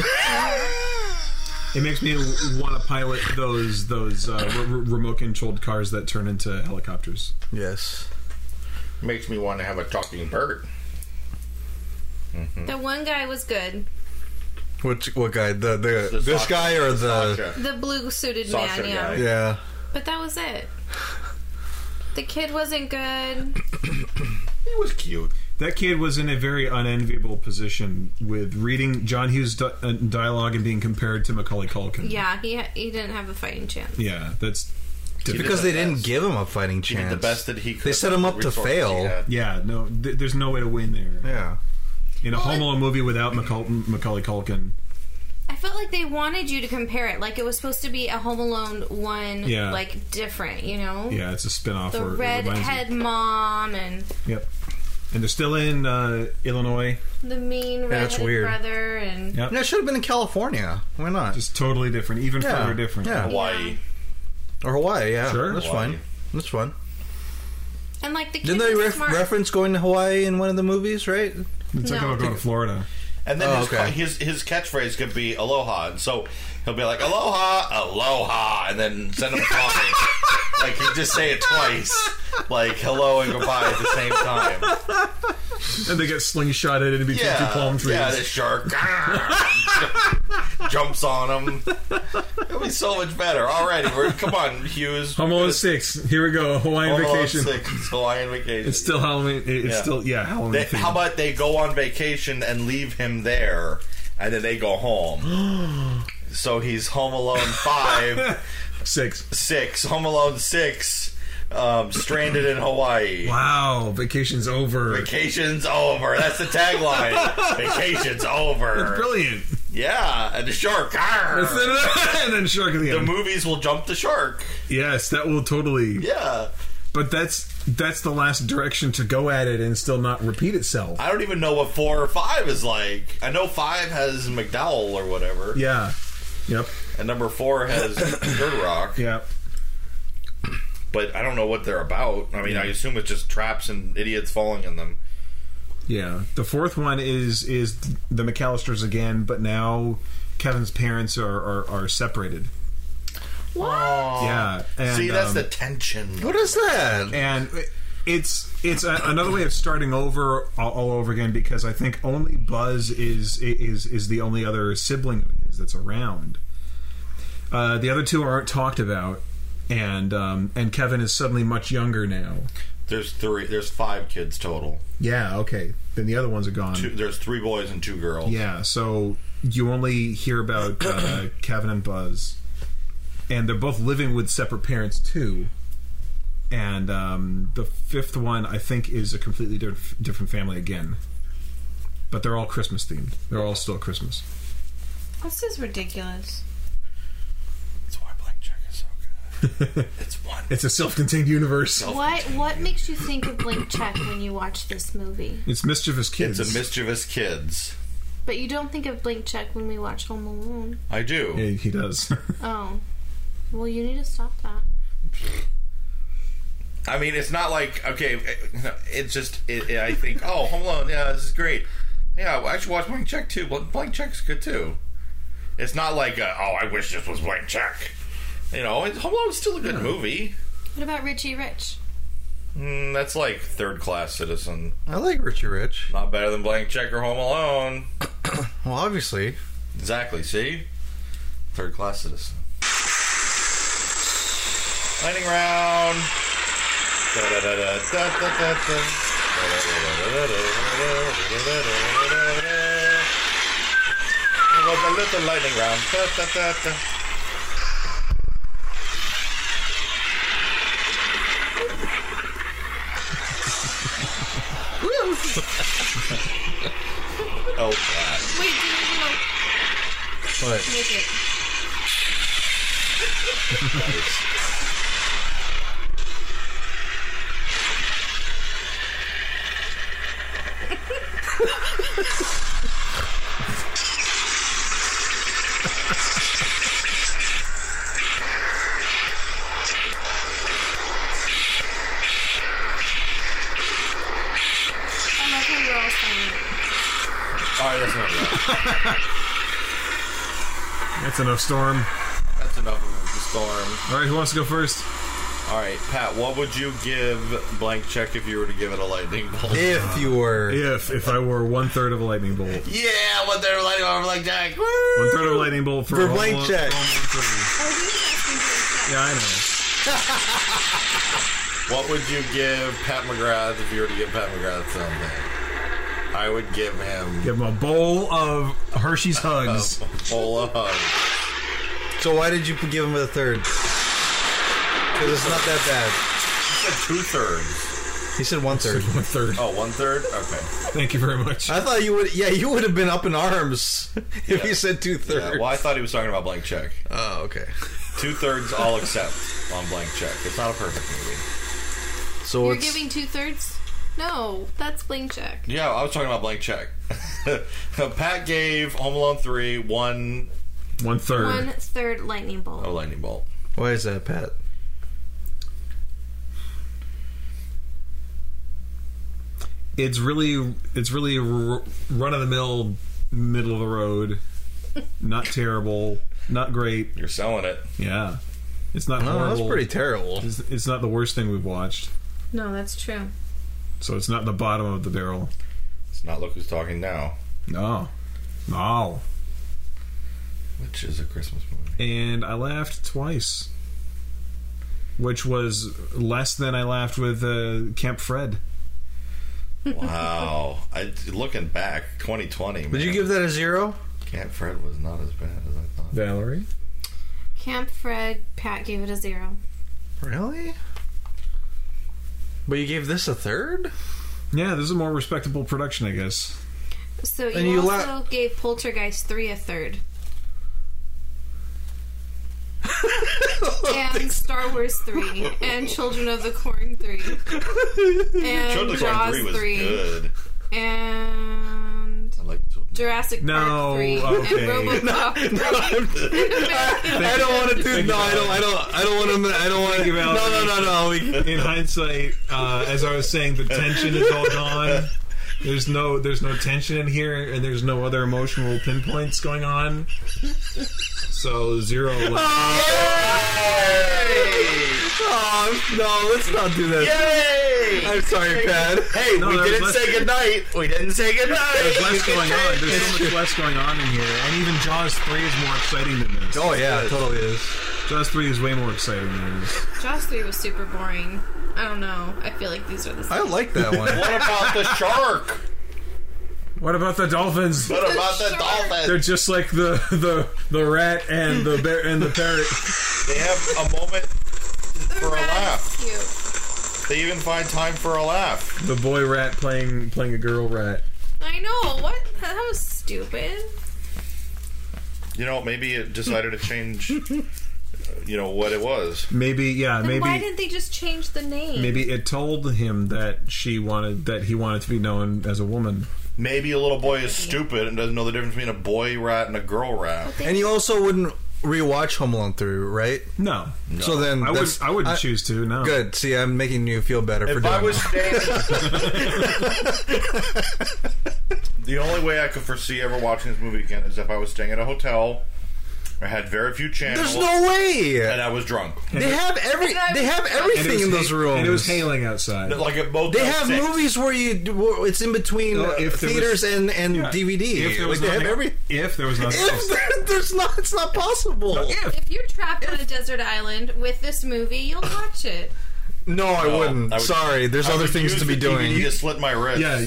D: It makes me want to pilot those those uh, re- re- remote controlled cars that turn into helicopters.
E: Yes.
A: makes me want to have a talking bird. Mm.
B: the one guy was good.
E: Which what guy? The the,
A: The
E: this
A: Sasha-
E: guy or the
A: Sasha.
B: The blue suited
A: Sasha
B: man, yeah.
A: guy.
E: yeah.
B: But that was it. The kid wasn't good.
A: He was cute.
D: That kid was in a very unenviable position with reading John Hughes' di- uh, dialogue and being compared to Macaulay Culkin.
B: Yeah, he ha- he didn't have a fighting chance.
D: Yeah, that's difficult.
E: Because
A: the
E: they didn't
A: best.
E: give him a fighting
A: He
E: chance.
A: did the best that he could.
E: They set him
A: with
E: up
A: the
E: to
A: resources
E: fail.
A: he had.
D: Yeah, no, th- there's no way to win there.
E: Yeah.
D: In a Home Alone movie without Macaul- Macaulay Culkin,
B: I felt like they wanted you to compare it, like it was supposed to be a Home Alone one,
D: Yeah.
B: like different, you know.
D: yeah, it's a spinoff.
B: The
D: or it
B: red
D: reminds me-
B: head mom and
D: Yep. And they're still in uh, Illinois.
B: the mean
E: that's
B: redheaded
E: weird.
B: brother and
D: Yeah.
E: Yeah, it should have been in California. Why not?
D: Just totally different, even
E: Yeah,
D: further different.
E: yeah.
A: Hawaii.
E: or Hawaii, yeah.
D: Sure.
E: That's
A: Hawaii.
E: fine. That's fun.
B: and like the kid
E: Didn't they
B: was
E: ref-
B: smart.
E: reference going to Hawaii in one of the movies, right?
D: It's like
B: No.
D: about going to Florida.
A: And then
E: Oh,
A: his,
E: okay.
A: ca- his his catchphrase could be aloha, and so he'll be like aloha, aloha, and then send him a coffee. like he'd just say it twice, like hello and goodbye at the same time.
D: And they get slingshotted in between two palm trees.
A: Yeah, the shark jumps on him. It'll be so much better. Already, we're come on, Hughes.
D: Home Alone six. Here we go. Hawaiian
A: Home Alone
D: vacation.
A: Six, Hawaiian vacation.
D: It's still Halloween. it- It's
A: Yeah.
D: still yeah Halloween.
A: They-
D: theme.
A: how about they go on vacation and leave him there, and then they go home. so he's home alone five,
D: six?
A: six, home alone six, um, stranded in Hawaii.
D: Wow, vacation's over.
A: Vacation's over. That's the tagline. Vacation's over.
D: Brilliant.
A: yeah, and the shark. Arr!
D: and then shark at the
A: Uh, the
D: end.
A: movies will jump the shark.
D: yes, that will totally.
A: Yeah.
D: But that's that's the last direction to go at it and still not repeat itself.
A: I don't even know what four or five is like. I know five has McDowell or whatever,
D: Yeah. Yep.
A: and number four has Dirt Rock.
D: Yep.
A: But I don't know what they're about. I mean, I assume it's just traps and idiots falling in them.
D: Yeah. The fourth one is is the McAllisters again, but now Kevin's parents are are, are separated.
A: What?
D: Yeah. And,
A: See, that's
D: um,
A: the tension.
E: What is that?
D: and it's it's a, another way of starting over all, all over again because I think only Buzz is is is the only other sibling of his that's around. Uh, the other two aren't talked about, and um, and Kevin is suddenly much younger now.
A: There's three. There's five kids total.
D: Yeah, okay. Then the other ones are gone.
A: Two, there's three boys and two girls.
D: Yeah, so you only hear about uh, Kevin and Buzz, and they're both living with separate parents too. And um, the fifth one, I think, is a completely diff- different family again, but they're all Christmas themed. They're all still Christmas.
B: This is ridiculous.
A: That's why Blank Check is so good. it's one.
D: It's a self-contained universe.
B: What what makes you think of Blink Check when you watch this movie?
D: It's mischievous kids.
A: It's a mischievous kids.
B: But you don't think of Blink Check when we watch Home Alone.
A: I do.
D: Yeah, he does.
B: Oh. Well, you need to stop that.
A: I mean, it's not like okay. it- It's just it, it- I think oh, Home Alone. Yeah, this is great. Yeah, well, I should watch Blank Check too. Bl- Blank Check's good too. It's not like uh oh, I wish this was Blank Check. You know, it's, Home Alone's still a good movie.
B: What about Richie Rich?
A: Mm, that's like third class citizen.
E: I like Richie Rich.
A: Not better than Blank Check or Home Alone.
E: Well, obviously.
A: Exactly. See, third class citizen. Lightning round. It was a little lightning round. Oh God.
B: Wait, did you
E: But
B: make it? I love how you're all
A: All right, that's
B: saying it.
A: enough. of that.
D: That's enough storm.
A: That's enough of the storm.
D: All right, who wants to go first?
A: All right, Pat. What would you give blank check if you were to give it a lightning bolt?
E: if you were,
D: If if I were one third of a lightning bolt, one
A: Yeah, what they're lightning bolt, blank check. Woo!
D: third of a lightning bolt for,
E: For
D: Home
E: blank
D: Alone-
E: check.
D: Home Alone three.
B: Oh, he was asking for a check.
D: Yeah, I know.
A: What would you give Pat McGrath if you were to give Pat McGrath something? I would give him
D: Give him a bowl of Hershey's hugs.
A: a bowl of hugs.
E: so why did you give him a third? Because it's not that
A: Two thirds.
E: bad. He said one third.
D: One third.
A: Oh, one third. Okay.
D: Thank you very much.
E: I thought you would. Yeah, you would have been up in arms if you said two
A: Yeah,
E: thirds.
A: well, I thought he was talking about blank check.
E: oh, okay.
A: Two thirds, all except on blank check. It's not a perfect movie.
E: So
B: You're
E: it's
B: giving two thirds? No, that's blank check.
A: Yeah, I was talking about blank check. Pat gave Home Alone three one
D: One third.
B: One third lightning bolt.
A: oh, lightning bolt.
E: why is that, Oh, Pat?
D: It's really, it's really r- run of the mill, middle of the road. Not terrible. Not great.
A: You're selling it.
D: Yeah. It's not
E: Oh,
D: horrible.
E: that's pretty terrible.
D: it's, it's not the worst thing we've watched.
B: No, that's true.
D: So it's not the bottom of the barrel.
A: It's not look who's talking now,
D: No. No.
A: which is a Christmas movie.
D: And I laughed twice, which was less than I laughed with uh, Camp Fred.
A: Wow. I looking back, 2020. Man,
E: Would you give that a zero?
A: Camp Fred was not as bad as I thought.
D: Valerie.
B: Camp Fred, Pat gave it a zero.
E: Really? But you gave this a third?
D: Yeah, this is a more respectable production, I guess.
B: So you,
E: And you la-
B: also gave Poltergeist three a third. and Star Wars 3, and Children of the Corn 3, and
A: Children of the Corn
B: Jaws
A: 3 was
B: 3,
A: good.
B: and
A: I like Children-
B: Jurassic
D: No,
B: Park 3,
D: okay.
B: and Robocop 3.
C: I don't want to do. No, I don't. I don't. I don't want to. I don't want to.
D: Think about
C: No, no, no, no. We,
D: In hindsight, uh, as I was saying, the tension is all gone. There's no there's no tension in here, and there's no other emotional pinpoints going on. So zero. left.
C: oh, no, let's not do that.
A: Yay!
C: I'm sorry, Pat.
A: Hey,
D: No,
A: we
D: there was
A: didn't
D: less-
A: say goodnight. We didn't say
D: There's
A: goodnight.
D: less going on. There's so much less going on in here, and even Jaws three is more exciting than this.
C: Oh yeah, it totally is.
D: Jaws three is way more exciting than this.
B: Jaws 3 was super boring. I don't know. I feel like these are the
C: I like that one.
A: What about the shark?
D: What about the dolphins?
A: What about the dolphin?
D: They're just like the the the rat and the bear and the parrot.
A: They have a moment for a laugh.
B: Cute.
A: They even find time for a laugh.
D: The boy rat playing playing a girl rat.
B: I know. What? That was stupid.
A: You know, maybe it decided to change. uh, You know what it was.
D: Maybe yeah.
B: Then
D: maybe
B: why didn't they just change the name?
D: Maybe it told him that she wanted that he wanted to be known as a woman.
A: Maybe a little boy is stupid and doesn't know the difference between a boy rat and a girl rat.
E: And you also wouldn't rewatch Home Alone through, right?
D: No,
E: So then
D: I would
E: Mm, that's-
D: I wouldn't choose to. No,
E: Good. See, I'm making you feel better for
A: If
E: doing
A: I was
E: that.
A: dating, the only way I could foresee ever watching this movie again is if I was staying at a hotel. I had very few channels,
E: There's no way.
A: and I was drunk.
E: They have every. They have
D: And it
E: everything
D: was
E: in those
D: ha-
E: rooms.
D: And it was hailing outside.
A: Like at both.
E: They have movies where you do- where it's in between
D: Well,
E: uh,
D: if there
E: theaters
D: was-
E: and and DVD.
D: If there
E: like
D: was
E: they have
D: nothing-
E: every.
D: If there was nothing
E: If
D: else.
E: there, there's not, it's not possible.
B: If you're trapped on a desert island with this movie, you'll watch it.
E: No, I wouldn't.
A: Oh, I would-
E: Sorry, there's other things to be doing.
A: You slit my wrist.
D: Yeah,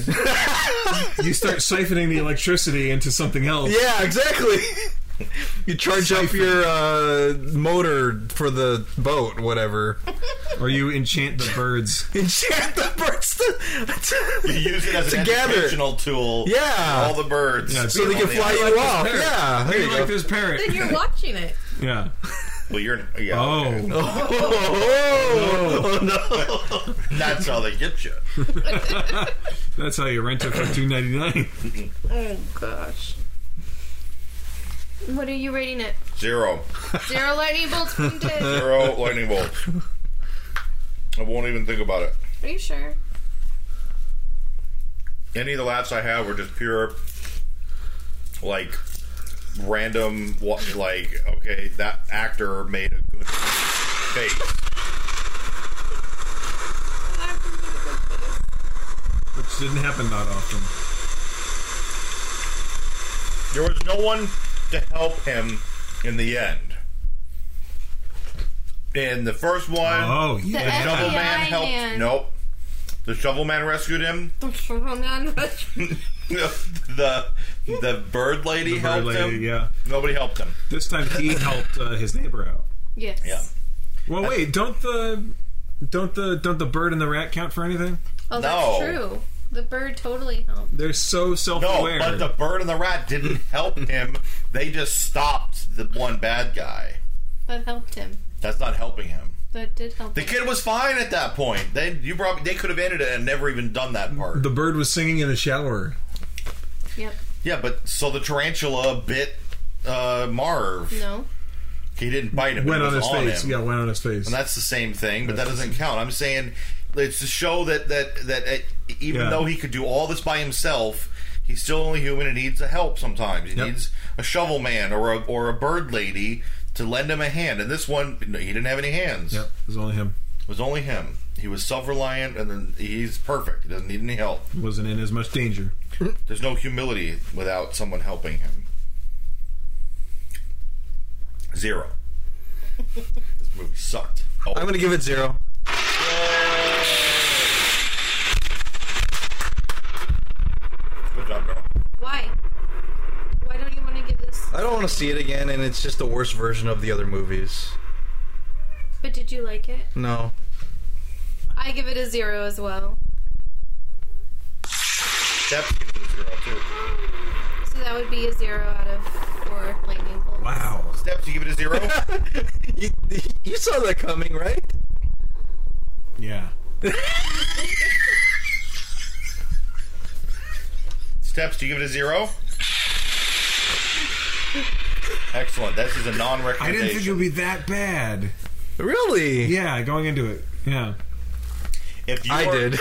D: you start siphoning the electricity into something else.
E: Yeah, exactly. you charge up your uh, motor for the boat, whatever.
D: Or you enchant the birds.
E: Enchant the birds to,
A: You use it as
E: to
A: an
E: gather.
A: educational tool.
E: Yeah.
A: for all the birds.
D: Yeah,
E: So they can fly you off.
D: parrot.
E: Yeah. There
D: Be
E: you
D: like
E: go.
D: this parrot.
B: Then you're watching it.
D: Yeah.
A: Well, you're. Yeah, okay.
D: Oh.
E: Oh,
A: That's how they get you.
D: That's how you rent it for two ninety nine.
B: Oh gosh. What are you rating it?
A: Zero.
B: Zero lightning bolts wounded. Are
A: Zero lightning bolts. I won't even think about it.
B: you sure?
A: Any of the laughs I have were just pure, like, random. wa- Like, okay, that actor made a good face.
D: Which didn't happen that often.
A: There was no one to help him in the end. In the first one,
D: Oh
B: The
D: yeah.
A: Shovel Man
B: FBI man.
A: helped. Nope. The Shovel Man rescued him.
B: The shovel man was-
A: the the bird lady
D: The bird
A: helped
D: lady,
A: him.
D: yeah.
A: Nobody helped him.
D: This time he helped uh, his neighbor out.
B: Yes.
A: Yeah.
D: Well, wait. Don't the don't the don't the bird and the rat count for anything?
B: Oh,
A: No.
B: that's true. The bird totally helped.
D: They're so
A: No,
D: self-aware.
A: but the bird and the rat didn't help him. They just stopped the one bad guy.
B: That helped him.
A: That's not helping him.
B: That did help.
A: The
B: him.
A: kid was fine at that point. They you probably they could have ended it and never even done that part.
D: The bird was singing in the shower.
B: Yep.
A: yeah, but so the tarantula bit uh, Marv.
B: No.
A: He didn't bite him.
D: Went
A: it
D: on
A: was
D: his
A: on
D: face.
A: him.
D: Yeah, went on his face.
A: And that's the same thing, but that doesn't count. I'm saying it's to show that that that uh, even
D: Yeah.
A: though he could do all this by himself, he's still only human and needs a help sometimes. He
D: Yep.
A: needs a shovel man or a or a bird lady to lend him a hand. And this one, no, he didn't have any hands.
D: Yep, it was only him.
A: It was only him. He was self reliant, and then he's perfect. He doesn't need any help.
D: Wasn't in as much danger.
A: There's no humility without someone helping him. Zero. this movie sucked. Oh,
E: I'm gonna give it zero.
A: good job, girl.
B: Why? Why don't you want to give this?
E: I don't want to see it again, and it's just the worst version of the other movies.
B: But did you like it?
E: No,
B: I give it a zero as well.
A: Step gives it a zero too.
B: So that would be a zero out of four lightning bolts.
D: Wow.
A: Steps, you give it a zero.
E: You, you saw that coming, right?
D: Yeah.
A: Steps, do you give it a zero? Excellent. This is a
D: I
A: non-recommendation.
D: didn't think it would be that bad.
E: Really?
D: Yeah, going into it. Yeah.
A: if you
E: I
A: are-
E: did.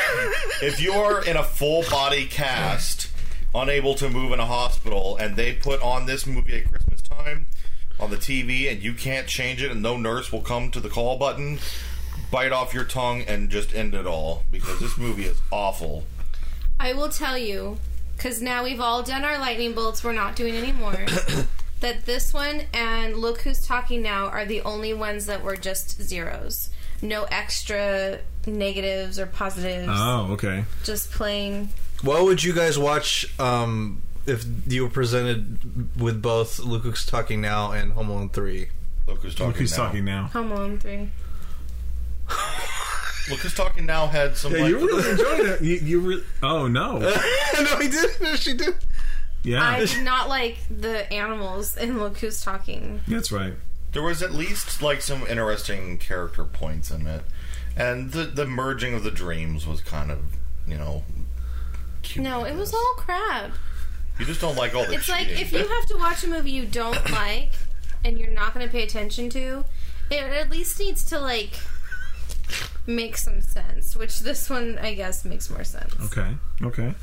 A: if you're in a full body cast, unable to move in a hospital, and they put on this movie at Christmas time on the TV, and you can't change it, and no nurse will come to the call button, bite off your tongue and just end it all because this movie is awful.
B: I will tell you, because now we've all done our lightning bolts, we're not doing anymore. that this one and Look Who's Talking Now are the only ones that were just zeros. No extra negatives or positives.
D: Oh, okay.
B: Just playing.
E: What would you guys watch um, if you were presented with both Luke Luke's Talking Now and Home Alone 3?
A: Look who's talking
D: Look who's
A: now.
D: talking now.
B: Home Alone 3.
A: Look who's talking now had some. like,
D: enjoyed it. You, you re- oh no.
E: no, he did. No, she did.
D: Yeah,
B: I did not like the animals in Look Who's Talking.
D: that's right.
A: there was at least like some interesting character points in it, and the the merging of the dreams was kind of you know. cute.
B: No, it was all crap.
A: You just don't like all the.
B: It's like
A: cheating.
B: if you have to watch a movie you don't like and you're not going to pay attention to, it at least needs to like make some sense, which this one I guess makes more sense.
E: Mm.
D: Okay, okay.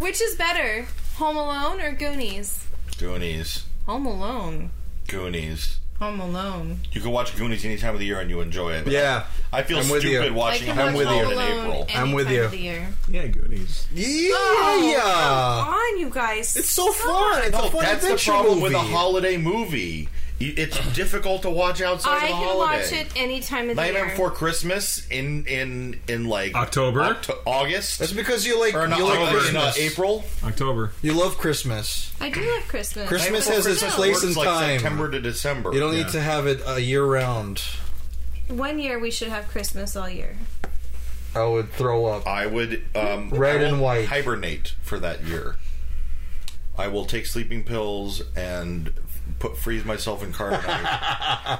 B: Which is better, Home Alone or Goonies?
A: Goonies.
B: Home Alone.
A: Goonies.
B: Home Alone.
A: You can watch Goonies any time of the year and you enjoy it.
E: Yeah.
A: I feel
E: I'm with
A: stupid
E: you.
B: I
A: watching
B: can
A: Home
B: watch
E: with
A: Alone
B: Home
A: in April.
B: Alone any
E: I'm with
B: time
E: you.
B: of the year.
D: Yeah, Goonies.
E: Yeah.
B: Come on, you guys.
E: It's so fun. It's a
A: No,
E: fun
A: Oh, that's the
E: adventure
A: problem
E: movie.
A: with a holiday movie. You- It's difficult to watch outside
B: I
A: of the
B: can
A: holiday.
B: watch it any time of the
A: Nightmare
B: year.
A: Before Christmas in in in like
D: October?
A: Octo- August,
E: That's because you like
A: or not
E: you like
A: October, in uh,
E: Christmas.
A: April.
D: October.
E: You love Christmas.
B: I do love Christmas.
E: Christmas
A: Nightmare
E: has
A: Before
E: its
A: Christmas
E: place
A: works
E: and
A: like
E: time.
A: September to December.
E: You don't
D: Yeah.
E: need to have it uh, year round.
B: One year we should have Christmas all year.
E: I would throw up.
A: I would um,
E: Red
A: I will
E: and white.
A: hibernate for that year. I will take sleeping pills and put freeze myself in carbonite,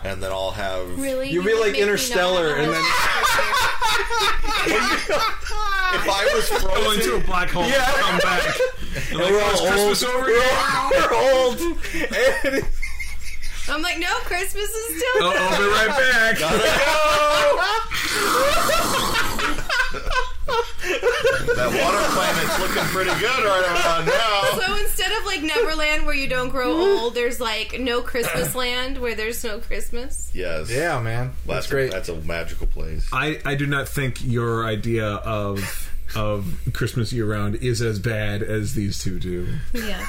A: and then I'll have.
B: Really?
E: You'd be
B: would
E: like
B: make me not
E: Interstellar
B: have
E: and
B: a
E: then-
B: Christmas year.
A: If I was
D: Go
A: frozen,
D: into a black hole. Yeah. Come back. And like,
E: We're all
D: "Oh, it's Christmas
E: old.
D: over
E: We're
D: here."
E: all- We're old. And-
B: I'm like, no, Christmas is still.
D: Oh, I'll be right back.
A: that water planet's looking pretty good right around now.
B: So instead of like Neverland where you don't grow old, there's like no Christmas land where there's no Christmas.
A: Yes.
E: yeah, man.
A: Well,
E: That's
A: a-
E: great.
A: that's a magical place.
D: I, I do not think your idea of of Christmas year round is as bad as these two do.
B: Yeah.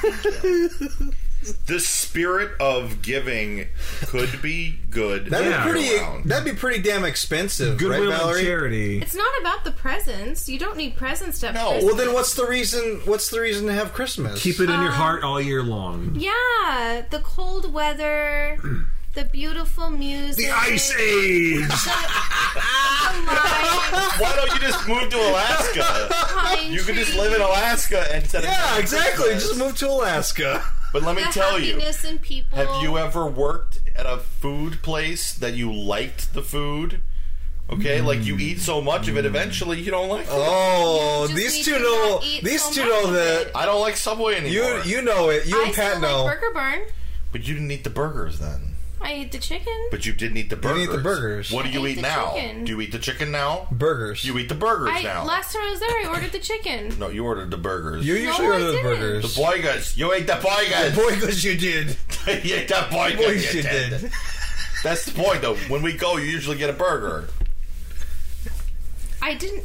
A: The spirit of giving could be good.
E: That'd
D: Yeah.
E: be pretty.
A: around.
E: That'd be pretty damn expensive,
D: Goodwill
E: right, Valerie?
D: and charity.
B: It's not about the presents. You don't need presents to have
A: No.
B: Christmas.
E: Well, then what's the reason? What's the reason to have Christmas?
D: Keep it in your heart all year long.
B: Yeah. The cold weather, the beautiful music.
D: The Ice Age.
B: the lights,
A: Why don't you just move to Alaska?
B: pine
A: You could just
B: trees,
A: live in Alaska and set
E: Yeah, exactly. Just move to Alaska.
A: But let me
B: the
A: tell you.
B: happiness in people.
A: Have
E: e-
A: you ever worked at a food place that you liked the food? Okay, like you eat so much of it,
E: Hmm.
A: eventually you don't like. it.
B: You
E: Oh,
B: just
E: these
B: need
E: two
B: to
E: know.
B: not eat
E: These
B: so
E: two
B: much
E: know
B: of
E: that.
B: it.
A: I don't like Subway anymore.
E: You you know it. You
B: I
E: and
B: still
E: Pat
B: like
E: know.
B: Burger Barn.
A: but you didn't eat the burgers then.
B: I eat the chicken.
A: But you didn't eat the burgers.
E: didn't eat the burgers.
A: What do you
B: I ate
A: eat
B: the
A: now?
B: chicken.
A: Do you eat the chicken now?
E: burgers.
A: You eat the burgers
B: I
A: now.
B: last time I was there, I ordered the chicken.
A: no, you ordered the burgers.
E: You usually
B: I
E: order the
B: didn't.
E: burgers.
A: the boygas. You ate the boygas.
E: Boy, because you did.
A: you ate that boygas.
E: Boy,
A: you
E: you
A: did.
E: did.
A: That's the point, though. When we go, you usually get a burger.
B: I didn't.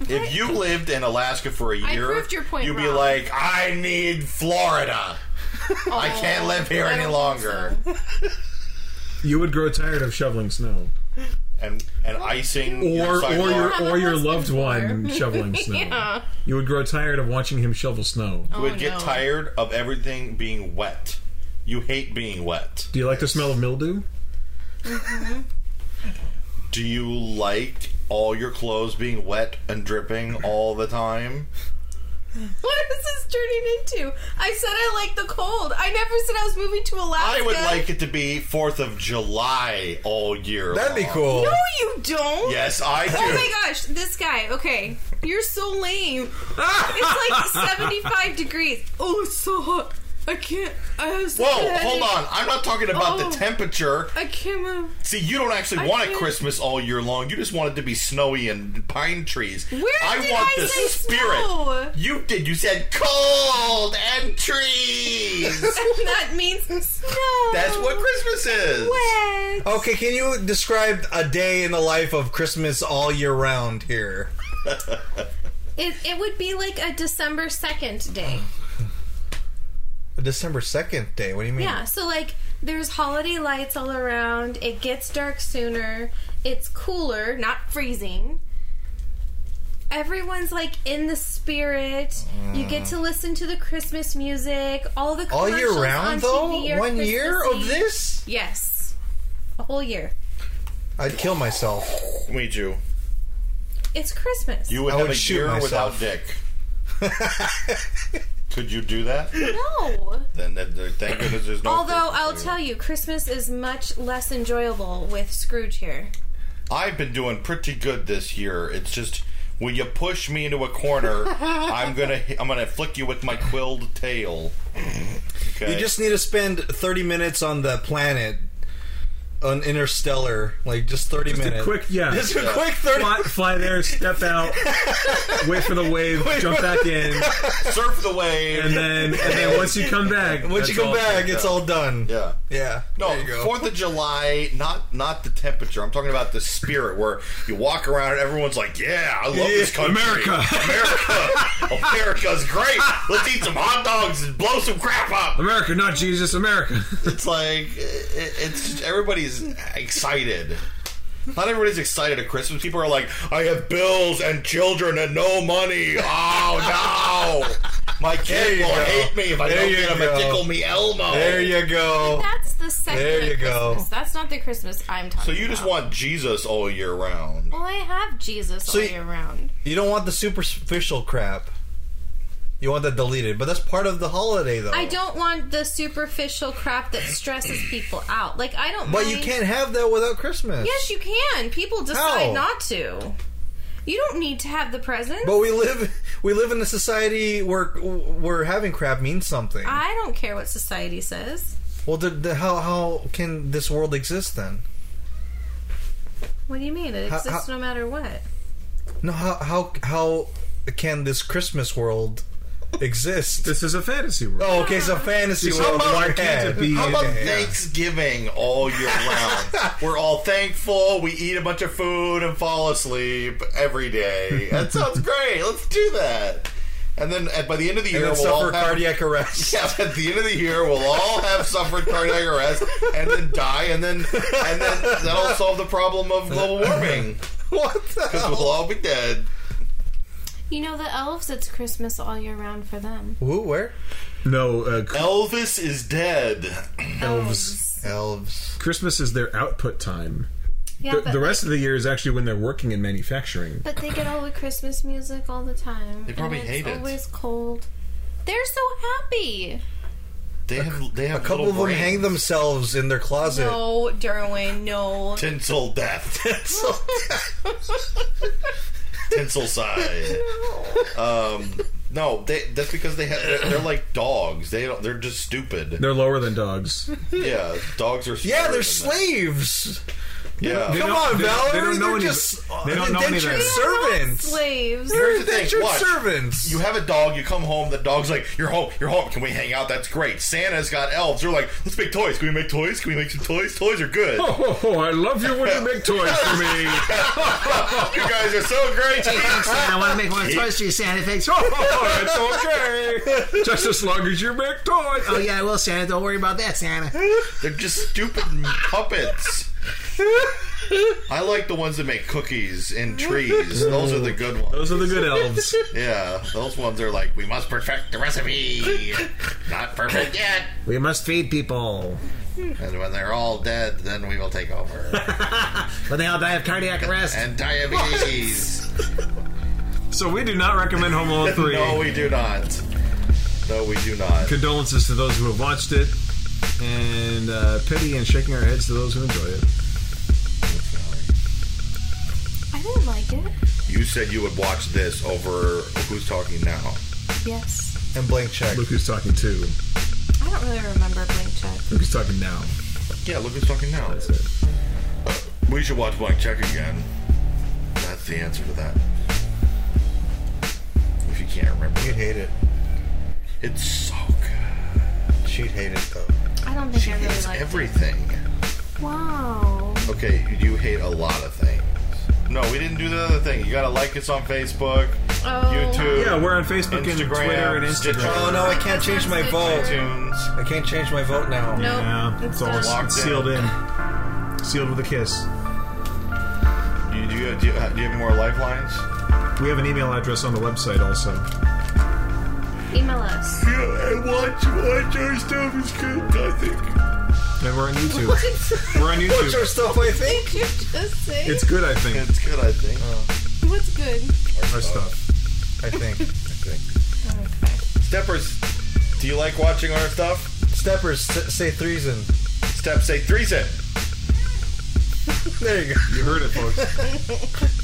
A: If you lived in Alaska for a
B: I
A: year,
B: proved your point
A: you'd be
B: wrong.
A: like, I need Florida. I can't live here
B: I
A: any
B: Oh. don't
A: longer.
B: think
D: You would grow tired of shoveling snow.
A: And and icing your
D: or or
A: sidewalk.
D: your
B: Have a
D: or your
B: husband
D: loved
B: for.
D: one shoveling snow.
B: Yeah.
D: You would grow tired of watching him shovel snow.
A: you would
B: Oh,
A: get
B: no.
A: tired of everything being wet. You hate being wet.
D: Do you like the smell of mildew?
A: Do you like all your clothes being wet and dripping all the time?
B: What is this turning into? I said I like the cold. I never said I was moving to Alaska.
A: I would like it to be Fourth of July all year.
E: That'd be
A: long.
E: cool.
B: No, you don't.
A: Yes, I do.
B: Oh my gosh, this guy. Okay, you're so lame. It's like 75 degrees. Oh, it's so hot. I can't. I have such a
A: Whoa, hold
B: headache.
A: on. I'm not talking about
B: Oh.
A: the temperature.
B: I can't move.
A: See, you don't actually
B: I
A: want a
B: can't-
A: Christmas all year long. You just want it to be snowy and pine trees.
B: Where
A: I
B: did
A: want
B: I
A: the
B: say
A: spirit.
B: snow?
A: You did. You said cold and trees.
B: that means snow.
A: That's what Christmas is.
B: Wet.
E: Okay, can you describe a day in the life of Christmas all year round here?
B: It, it would be like a December 2nd day.
E: A December 2nd day. What do you mean?
B: Yeah, so like there's holiday lights all around. It gets dark sooner. It's cooler, not freezing. Everyone's like in the spirit. You get to listen to the Christmas music. All the
E: Mm. All year
B: commercials on
E: round, though?
B: TV are
E: One year of
B: Christmassy.
E: this?
B: Yes, a whole year.
E: I'd kill myself.
A: Me too.
B: It's Christmas.
A: You would
E: I
A: have
E: would
A: a
E: shoot
A: year
E: myself.
A: without Dick. Could you do that?
B: no.
A: Then, then, then thank goodness there's no.
B: Although
A: Christmas
B: I'll
A: here.
B: tell you, Christmas is much less enjoyable with Scrooge here. uh,
A: I've been doing pretty good this year. It's just when you push me into a corner, I'm gonna I'm gonna flick you with my quilled tail. Okay.
E: You just need to spend 30 minutes on the planet. On interstellar, like just 30
D: Just a
E: minutes.
D: quick- yeah.
E: Just a quick 30
D: Fly, fly there, step out, wait for the wave, jump back in,
A: surf the wave.
D: and then and then once you come back,
E: Once you
D: that's
E: come
D: all.
E: back, it's
A: yeah.
E: all done.
A: yeah.
E: Yeah.
A: No,
E: there you go.
A: Fourth of July, not not the temperature. I'm talking about the spirit where you walk around and everyone's like, "Yeah, I love this
D: Yeah,
A: country,
D: America."
A: America, America's great. Let's eat some hot dogs and blow some crap up."
D: America, not Jesus, America.
A: it's like it, it's just, everybody's excited. Not everybody's excited at Christmas. People are like, "I have bills and children and no money. Oh no, my kid
E: you
A: will
E: go.
A: hate me if I
E: There
A: don't
E: you
A: get him a
E: go.
A: tickle me Elmo."
E: there you go.
B: That's the second
E: There you go.
B: Christmas. That's not the Christmas I'm talking
A: So
B: about.
A: you just want Jesus all year round?
B: Well, I have Jesus all
E: you-
B: year round.
E: You don't want the superficial crap. You want that deleted, but that's part of the holiday, though.
B: I don't want the superficial crap that stresses people out. Like I don't.
E: But
B: mind-
E: you can't have that without Christmas.
B: Yes, you can. People decide
E: How?
B: not to. You don't need to have the presents.
E: But we live we live in a society where where having crap means something.
B: I don't care what society says.
E: well, the, the, how how can this world exist then?
B: What do you mean? It
E: How-
B: exists
E: how-
B: no matter what.
E: No, how how how can this Christmas world exist?
D: this is a fantasy world.
E: oh, okay, it's a fantasy
D: How
E: world. in
D: about-
E: your
D: can't
E: head.
D: it be-
A: How about
E: Okay, yeah.
A: Thanksgiving all year round? We're all thankful. We eat a bunch of food and fall asleep every day. That sounds great. Let's do that. And then at, by the end of the
E: And
A: year,
E: then
A: we'll all
E: suffer
A: have,
E: cardiac arrest.
A: Yeah, at the end of the year, we'll all have suffered cardiac arrest and then die, and then and then that'll solve the problem of global warming
E: What the
A: because
E: hell?
A: we'll all be dead.
B: You know the elves. It's Christmas all year round for them.
E: Who? Where?
D: No, uh,
A: Elvis is dead.
D: Elves.
E: Elves.
D: Christmas is their output time.
B: Yeah,
D: The,
B: but,
D: the rest of the year is actually when they're working in manufacturing.
B: but they get all the Christmas music all the time.
A: They probably
B: and
A: hate
B: it's
A: it.
B: Always cold. They're so happy.
A: They have they have
E: A couple
A: little
E: of them hang
A: brains.
E: themselves in their closet.
B: No, Derwin, no.
A: Tinsel death.
E: So-
A: Tinsel side. Um, no, they, that's because they have. They're, they're like dogs. They don't, they're just stupid.
D: They're lower than dogs.
A: Yeah, dogs are.
E: yeah,
A: smarter
E: they're
A: than
E: slaves.
A: that. Yeah.
D: They
E: Come
D: don't-
E: on,
D: they
E: Valerie.
D: don't- they don't know
E: are
D: any-
E: just
D: they don't know any
E: indentured
D: better.
E: servants.
B: Slaves.
E: They're
A: Here's the thing,
E: indentured
A: watch.
E: servants.
A: You have a dog. You come home. The dog's like, "You're home. You're home. Can we hang out? That's great." Santa's got elves. They're like, "Let's make toys. Can we make toys? Can we make some toys? Toys are good.
D: Oh, ho, ho, I love you when you make toys for me.
A: you guys are so great."
D: I want to make one toys for you, Santa. Thanks. Oh, it's okay. Just as long as you make toys. Oh, yeah, I will, Santa. Don't worry about that, Santa.
A: They're just stupid puppets. I like the ones that make cookies and trees. Those are the good ones.
D: Those are the good elves.
A: Yeah, those ones are like, we must perfect the recipe. Not perfect yet.
D: We must feed people.
A: And when they're all dead, then we will take over.
D: But they all die of cardiac arrest.
A: And diabetes.
D: So we do not recommend Home Alone 3.
A: No, we do not. No, we do not.
D: Condolences to those who have watched it, and uh, pity and shaking our heads to those who enjoy it.
B: I didn't like it.
A: You said you would watch this over Who's Talking Now.
B: Yes.
E: And blank check.
D: Look who's talking to.
B: I don't really remember Blank Check.
D: Look who's talking now.
A: Yeah, look who's talking now.
D: That's it.
A: We should watch Blank Check again. That's the answer to that. If you can't remember
E: She'd
A: it.
E: hate it.
A: It's so good.
E: She'd hate it though.
B: I don't think
A: She
B: I really
A: hates
B: liked
A: everything.
B: it. Wow.
A: Okay, you do hate a lot of things. No, we didn't do the other thing. You gotta like us on Facebook,
B: Oh.
A: YouTube,
D: Yeah, we're on Facebook and
A: Instagram,
D: Twitter and Instagram.
A: Stitcher.
E: Oh no, I can't change my vote.
A: iTunes.
E: I can't change my vote now.
B: Nope.
D: Yeah, it's all
B: done.
D: it's
A: Locked
D: sealed
A: in.
D: in. Sealed with a kiss.
A: Do you, do, you, do, you, do you have more lifelines?
D: We have an email address on the website also.
B: Email us.
A: Yeah, and watch, watch our stuff. It's good, I think.
D: And we're on YouTube. we're on
E: What's our
D: YouTube.
E: stuff? I think.
B: you just say?
D: It's good, I think.
A: It's good, I think.
B: What's good?
D: Our stuff.
E: I think.
A: Steppers, do you like watching our stuff?
E: Steppers s- say threes and
A: Step say threes in.
E: there you go.
D: You heard it, folks.